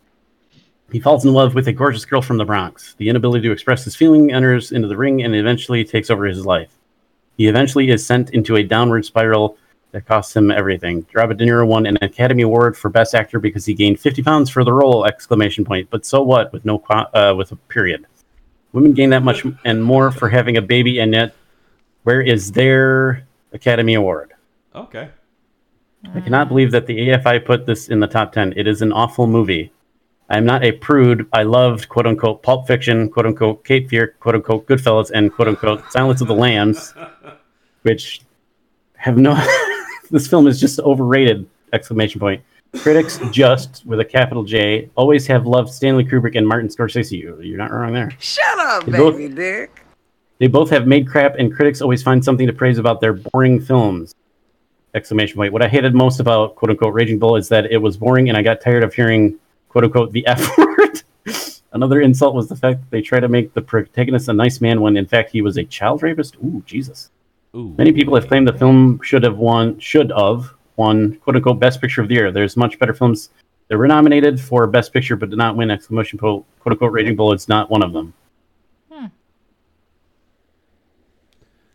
Speaker 5: He falls in love with a gorgeous girl from the Bronx. The inability to express his feeling enters into the ring and eventually takes over his life. He eventually is sent into a downward spiral that costs him everything. Robert De Niro won an Academy Award for Best Actor because he gained 50 pounds for the role! Exclamation point. But so what? With no qua- uh, with a period. Women gain that much and more for having a baby, and yet, where is their Academy Award?
Speaker 2: Okay.
Speaker 5: I cannot believe that the AFI put this in the top 10. It is an awful movie. I'm not a prude. I loved quote unquote Pulp Fiction, quote unquote Cape Fear, quote unquote Goodfellas, and quote unquote Silence of the Lambs, which have no. this film is just overrated! Exclamation point. Critics just with a capital J always have loved Stanley Kubrick and Martin Scorsese. You- You're not wrong there.
Speaker 9: Shut up,
Speaker 5: They both-
Speaker 9: baby dick.
Speaker 5: They both have made crap, and critics always find something to praise about their boring films. Exclamation point. What I hated most about quote unquote Raging Bull is that it was boring, and I got tired of hearing quote unquote the F word. Another insult was the fact that they try to make the protagonist a nice man when in fact he was a child rapist. Ooh, Jesus.
Speaker 2: Ooh.
Speaker 5: Many people have claimed the film should have won, should have won, quote unquote, Best Picture of the Year. There's much better films that were nominated for Best Picture but did not win. Exclamation po- quote unquote, Raging Bull is not one of them.
Speaker 4: Huh.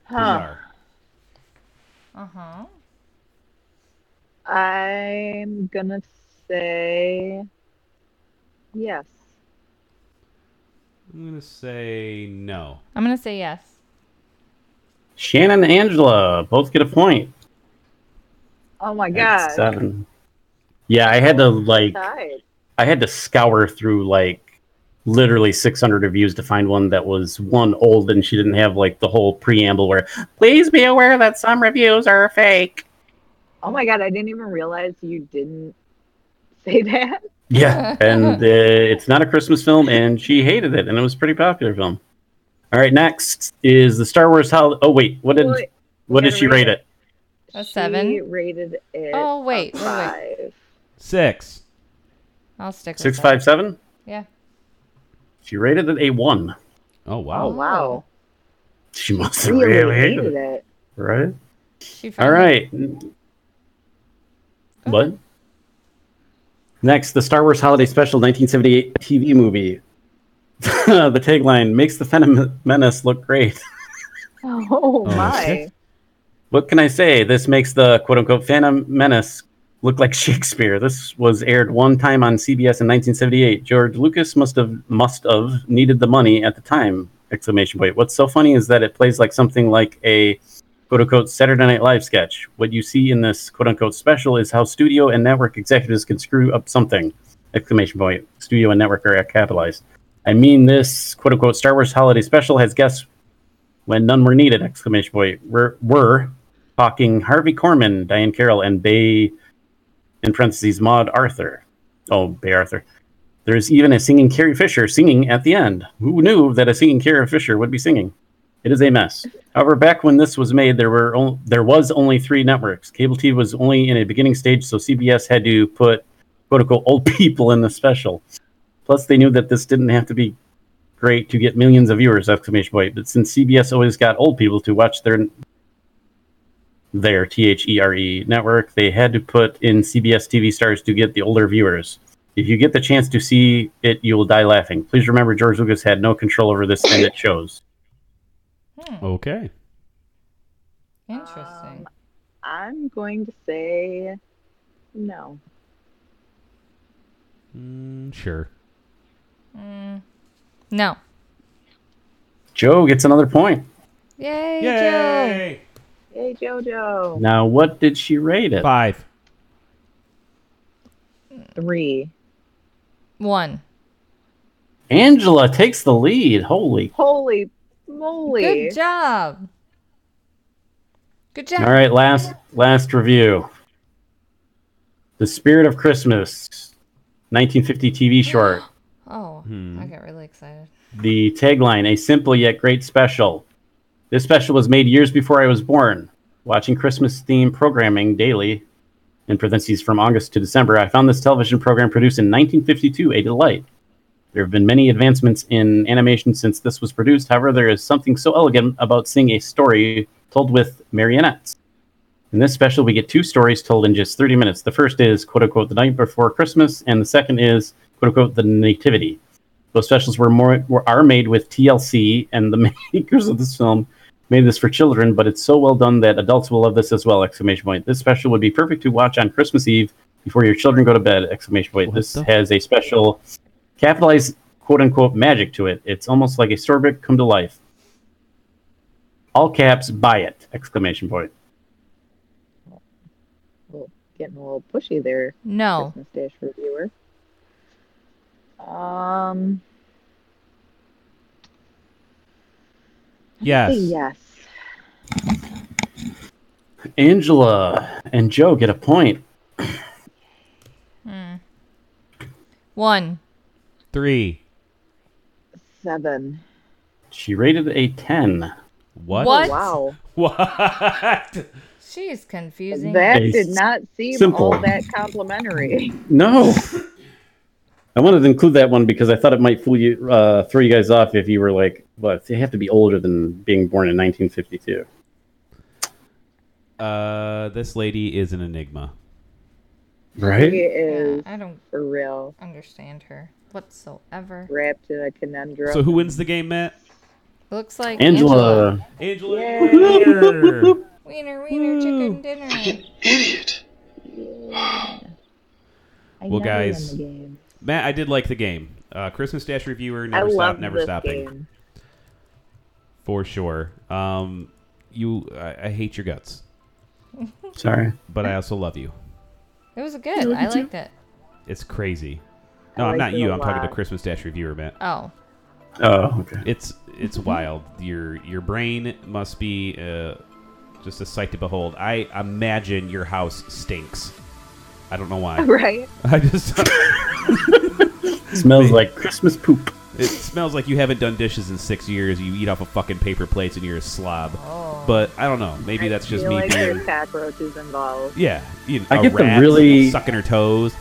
Speaker 2: Bizarre.
Speaker 1: Uh huh.
Speaker 4: I'm gonna say yes.
Speaker 2: I'm gonna say no.
Speaker 1: I'm gonna say yes.
Speaker 5: Shannon and Angela both get a point.
Speaker 4: Oh my
Speaker 5: at
Speaker 4: god.
Speaker 5: Seven. Yeah, I had to like
Speaker 4: Tied.
Speaker 5: I had to scour through like literally 600 reviews to find one that was one old and she didn't have like the whole preamble where please be aware that some reviews are fake.
Speaker 4: Oh my god, I didn't even realize you didn't say that.
Speaker 5: Yeah, and uh, it's not a Christmas film and she hated it and it was a pretty popular film. All right, next is the Star Wars Hol- Oh wait, what did
Speaker 4: Wait,
Speaker 5: what did
Speaker 4: gotta
Speaker 5: she
Speaker 4: rate
Speaker 5: rate
Speaker 4: it.
Speaker 5: it?
Speaker 1: A
Speaker 4: She
Speaker 1: seven?
Speaker 4: rated it.
Speaker 1: Oh, wait,
Speaker 4: a
Speaker 1: wait, wait.
Speaker 4: five.
Speaker 2: Six.
Speaker 1: I'll stick with
Speaker 5: Six
Speaker 1: that.
Speaker 5: five seven.
Speaker 1: Yeah.
Speaker 5: She rated it a one.
Speaker 2: Oh
Speaker 4: Oh
Speaker 2: wow.
Speaker 4: wow.
Speaker 5: She must
Speaker 4: She
Speaker 5: have really hated
Speaker 4: hated
Speaker 5: it,
Speaker 4: it.
Speaker 5: right?
Speaker 1: She found
Speaker 5: All
Speaker 1: it.
Speaker 5: right. What? Next, the Star Wars Holiday Special 1978 TV movie. the tagline makes the Phantom Menace look great.
Speaker 4: Oh,
Speaker 2: Oh,
Speaker 4: my.
Speaker 2: shit.
Speaker 5: What can I say? This makes the quote unquote Phantom Menace look like Shakespeare. This was aired one time on CBS in 1978. George Lucas must have must have needed the money at the time. Exclamation point. What's so funny is that it plays like something like a quote unquote Saturday Night Live sketch. What you see in this quote unquote special is how studio and network executives can screw up something. Exclamation point. Studio and network are capitalized. I mean this quote unquote Star Wars holiday special has guests when none were needed. Exclamation point. We're, we're talking Harvey Korman, Diane Carroll, and Bay in parentheses Maud Arthur. Oh, Bay Arthur. There's even a singing Carrie Fisher singing at the end. Who knew that a singing Carrie Fisher would be singing? It is a mess. However, back when this was made, there were on, there was only three networks. Cable TV was only in a beginning stage, so CBS had to put quote unquote old people in the special. Plus, they knew that this didn't have to be great to get millions of viewers! Exclamation point! But since CBS always got old people to watch their their T H E R E network, they had to put in CBS TV stars to get the older viewers. If you get the chance to see it, you will die laughing. Please remember, George Lucas had no control over this, and it shows.
Speaker 2: Oh. Okay.
Speaker 1: Interesting.
Speaker 4: I'm going to say no.
Speaker 2: Mm, sure.
Speaker 1: Mm. no.
Speaker 5: Joe gets another point.
Speaker 1: Yay, Joe.
Speaker 2: Yay!
Speaker 4: Hey, JoJo.
Speaker 5: Now, what did she rate it?
Speaker 2: Five.
Speaker 4: Three.
Speaker 1: One.
Speaker 5: Angela takes the lead. Holy.
Speaker 4: Holy moly.
Speaker 1: Good job. Good job.
Speaker 5: All right, last last review. The Spirit of Christmas, 1950 TV short.
Speaker 1: Oh, I got really excited.
Speaker 5: The tagline: A simple yet great special. This special was made years before I was born. Watching Christmas themed programming daily, in parentheses from August to December, I found this television program produced in 1952 a delight. There have been many advancements in animation since this was produced. However, there is something so elegant about seeing a story told with marionettes. In this special, we get two stories told in just 30 minutes. The first is, quote unquote, the night before Christmas, and the second is, quote unquote, the nativity. Those specials were more were, are made with TLC, and the makers of this film made this for children, but it's so well done that adults will love this as well! Exclamation point. This special would be perfect to watch on Christmas Eve before your children go to bed! Exclamation point.
Speaker 2: What
Speaker 5: This
Speaker 2: the-
Speaker 5: has a special capitalized quote unquote magic to it. It's almost like a sorbet come to life. All caps, buy it! Exclamation point.
Speaker 4: Getting a little pushy there,
Speaker 1: No.
Speaker 4: Christmas Dash reviewer. Um,
Speaker 2: Yes.
Speaker 4: yes.
Speaker 5: Angela and Joe get a point.
Speaker 1: One.
Speaker 2: Three.
Speaker 4: Seven.
Speaker 5: She rated a 10.
Speaker 2: What?
Speaker 1: What?
Speaker 4: Wow.
Speaker 2: What?
Speaker 1: She's confusing.
Speaker 4: That
Speaker 5: It's
Speaker 4: did not seem
Speaker 5: simple.
Speaker 4: all that complimentary.
Speaker 5: No. I wanted to include that one because I thought it might fool you, uh, throw you guys off if you were like, "But they have to be older than being born in 1952."
Speaker 2: Uh, this lady is an enigma.
Speaker 4: It
Speaker 5: Right?
Speaker 4: is
Speaker 1: I don't
Speaker 4: for real
Speaker 1: understand her whatsoever.
Speaker 4: wrapped in a conundrum.
Speaker 2: So who wins the game, Matt?
Speaker 1: Looks like Angela.
Speaker 2: Angela.
Speaker 5: Angela.
Speaker 4: Yay.
Speaker 2: Wiener.
Speaker 1: Wiener, wiener, chicken dinner.
Speaker 6: Idiot.
Speaker 4: I
Speaker 2: Well,
Speaker 4: never win
Speaker 2: guys,
Speaker 4: the game.
Speaker 2: Matt, I did like the game. Uh, Christmas Dash reviewer,
Speaker 4: I
Speaker 2: never stop,
Speaker 4: love
Speaker 2: never
Speaker 4: this
Speaker 2: stopping
Speaker 4: game.
Speaker 2: for sure. Um, you, I, I hate your guts,
Speaker 5: Sorry.
Speaker 2: but
Speaker 4: Hmm?
Speaker 2: I also love you.
Speaker 1: It was good. I liked it.
Speaker 2: It's crazy. No,
Speaker 4: I
Speaker 2: I'm
Speaker 4: liked
Speaker 2: not
Speaker 4: it
Speaker 2: you.
Speaker 4: a
Speaker 2: I'm talking to
Speaker 4: lot.
Speaker 2: Christmas Dash reviewer, Matt.
Speaker 1: Oh.
Speaker 5: Oh, okay.
Speaker 2: It's it's
Speaker 4: Mm-hmm.
Speaker 2: wild. Your your brain must be uh, just a sight to behold. I imagine your house stinks. I don't know why.
Speaker 4: Right?
Speaker 2: I just
Speaker 5: smells like Christmas poop.
Speaker 2: it smells like you haven't done dishes in six years. You eat off a fucking paper plates and you're a slob. But I don't know. Maybe that's just
Speaker 4: Oh. I feel
Speaker 2: me
Speaker 4: like
Speaker 2: being.
Speaker 4: there's cockroaches involved.
Speaker 2: Yeah, you know,
Speaker 5: I
Speaker 2: a
Speaker 5: get the
Speaker 2: rat
Speaker 5: really-
Speaker 2: sucking her toes.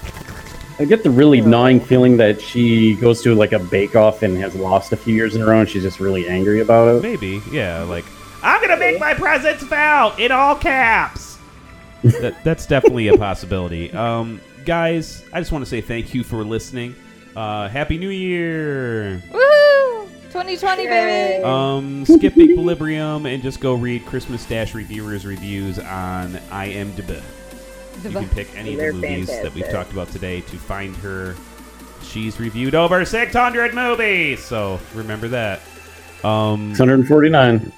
Speaker 5: I get the really gnawing feeling that she goes to like a bake off and has lost a few years in a row, and she's just really angry about it.
Speaker 2: Maybe, yeah, like I'm gonna make my presence felt in all caps. that, that's definitely a possibility. Um, guys, I just want to say thank you for listening. Uh, Happy New Year!
Speaker 1: Woohoo! 2020, baby!
Speaker 2: Um, skip Equilibrium and just go read Christmas Dash reviewers reviews on IMDb. You can pick any of the
Speaker 4: They're
Speaker 2: movies that we've
Speaker 4: fantastic.
Speaker 2: talked about today to find her. She's reviewed over 600 movies, so remember that. Um,
Speaker 5: 649.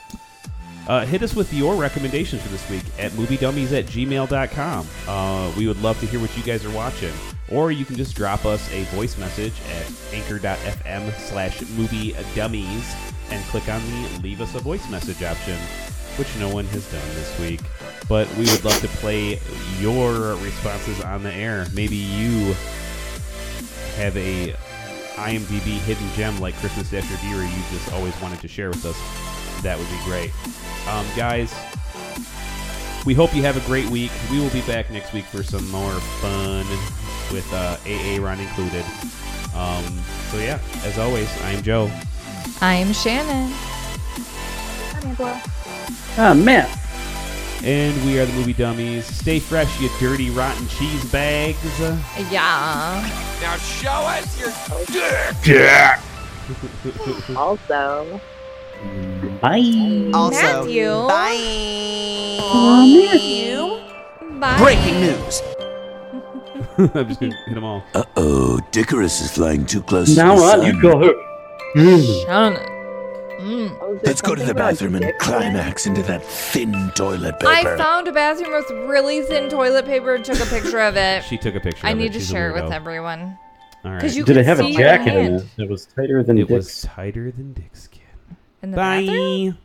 Speaker 2: uh, hit us with your recommendations for this week at moviedummies at gmail.com. Uh, we would love to hear what you guys are watching. Or you can just drop us a voice message at anchor.fm slash movie dummies and click on the leave us a voice message option, which no one has done this week. But we would love to play your responses on the air. Maybe you have a IMDb hidden gem like Christmas Dash Reviewer you just always wanted to share with us, that would be great. Um, guys, we hope you have a great week. We will be back next week for some more fun with uh, AA Ron included. Um, so, yeah, as always, I am Joe.
Speaker 1: I'm Shannon.
Speaker 5: Ah, man.
Speaker 2: And we are the movie dummies. Stay fresh, you dirty, rotten cheese bags.
Speaker 1: Yeah.
Speaker 3: Now show us your
Speaker 4: Also,
Speaker 5: Bye.
Speaker 9: Also,
Speaker 1: Matthew.
Speaker 9: bye.
Speaker 1: Bye.
Speaker 9: Breaking news.
Speaker 2: I'm just going to hit them all.
Speaker 7: Uh oh, Icarus is flying too close
Speaker 5: Now
Speaker 7: to the
Speaker 5: on
Speaker 7: sun.
Speaker 5: you go.
Speaker 1: Shannon. Mm.
Speaker 4: oh, is there
Speaker 7: Let's go to
Speaker 4: something
Speaker 7: the
Speaker 4: about
Speaker 7: bathroom and
Speaker 4: dick pic?
Speaker 7: climax into that thin toilet
Speaker 1: I
Speaker 7: paper.
Speaker 1: found a bathroom with really thin toilet paper and took a picture of it.
Speaker 2: She took a picture.
Speaker 1: I
Speaker 2: of
Speaker 1: need
Speaker 2: it.
Speaker 1: to
Speaker 2: She's a
Speaker 1: share it with
Speaker 2: weirdo.
Speaker 1: everyone.
Speaker 2: All right.
Speaker 1: Because you
Speaker 5: Did
Speaker 1: can
Speaker 5: it have
Speaker 1: see
Speaker 5: a
Speaker 1: your
Speaker 5: jacket in
Speaker 1: hand
Speaker 5: it? It was tighter than
Speaker 2: it was
Speaker 5: Dick's.
Speaker 2: tighter than Dick's skin.
Speaker 1: in the
Speaker 2: Bye.
Speaker 1: bathroom.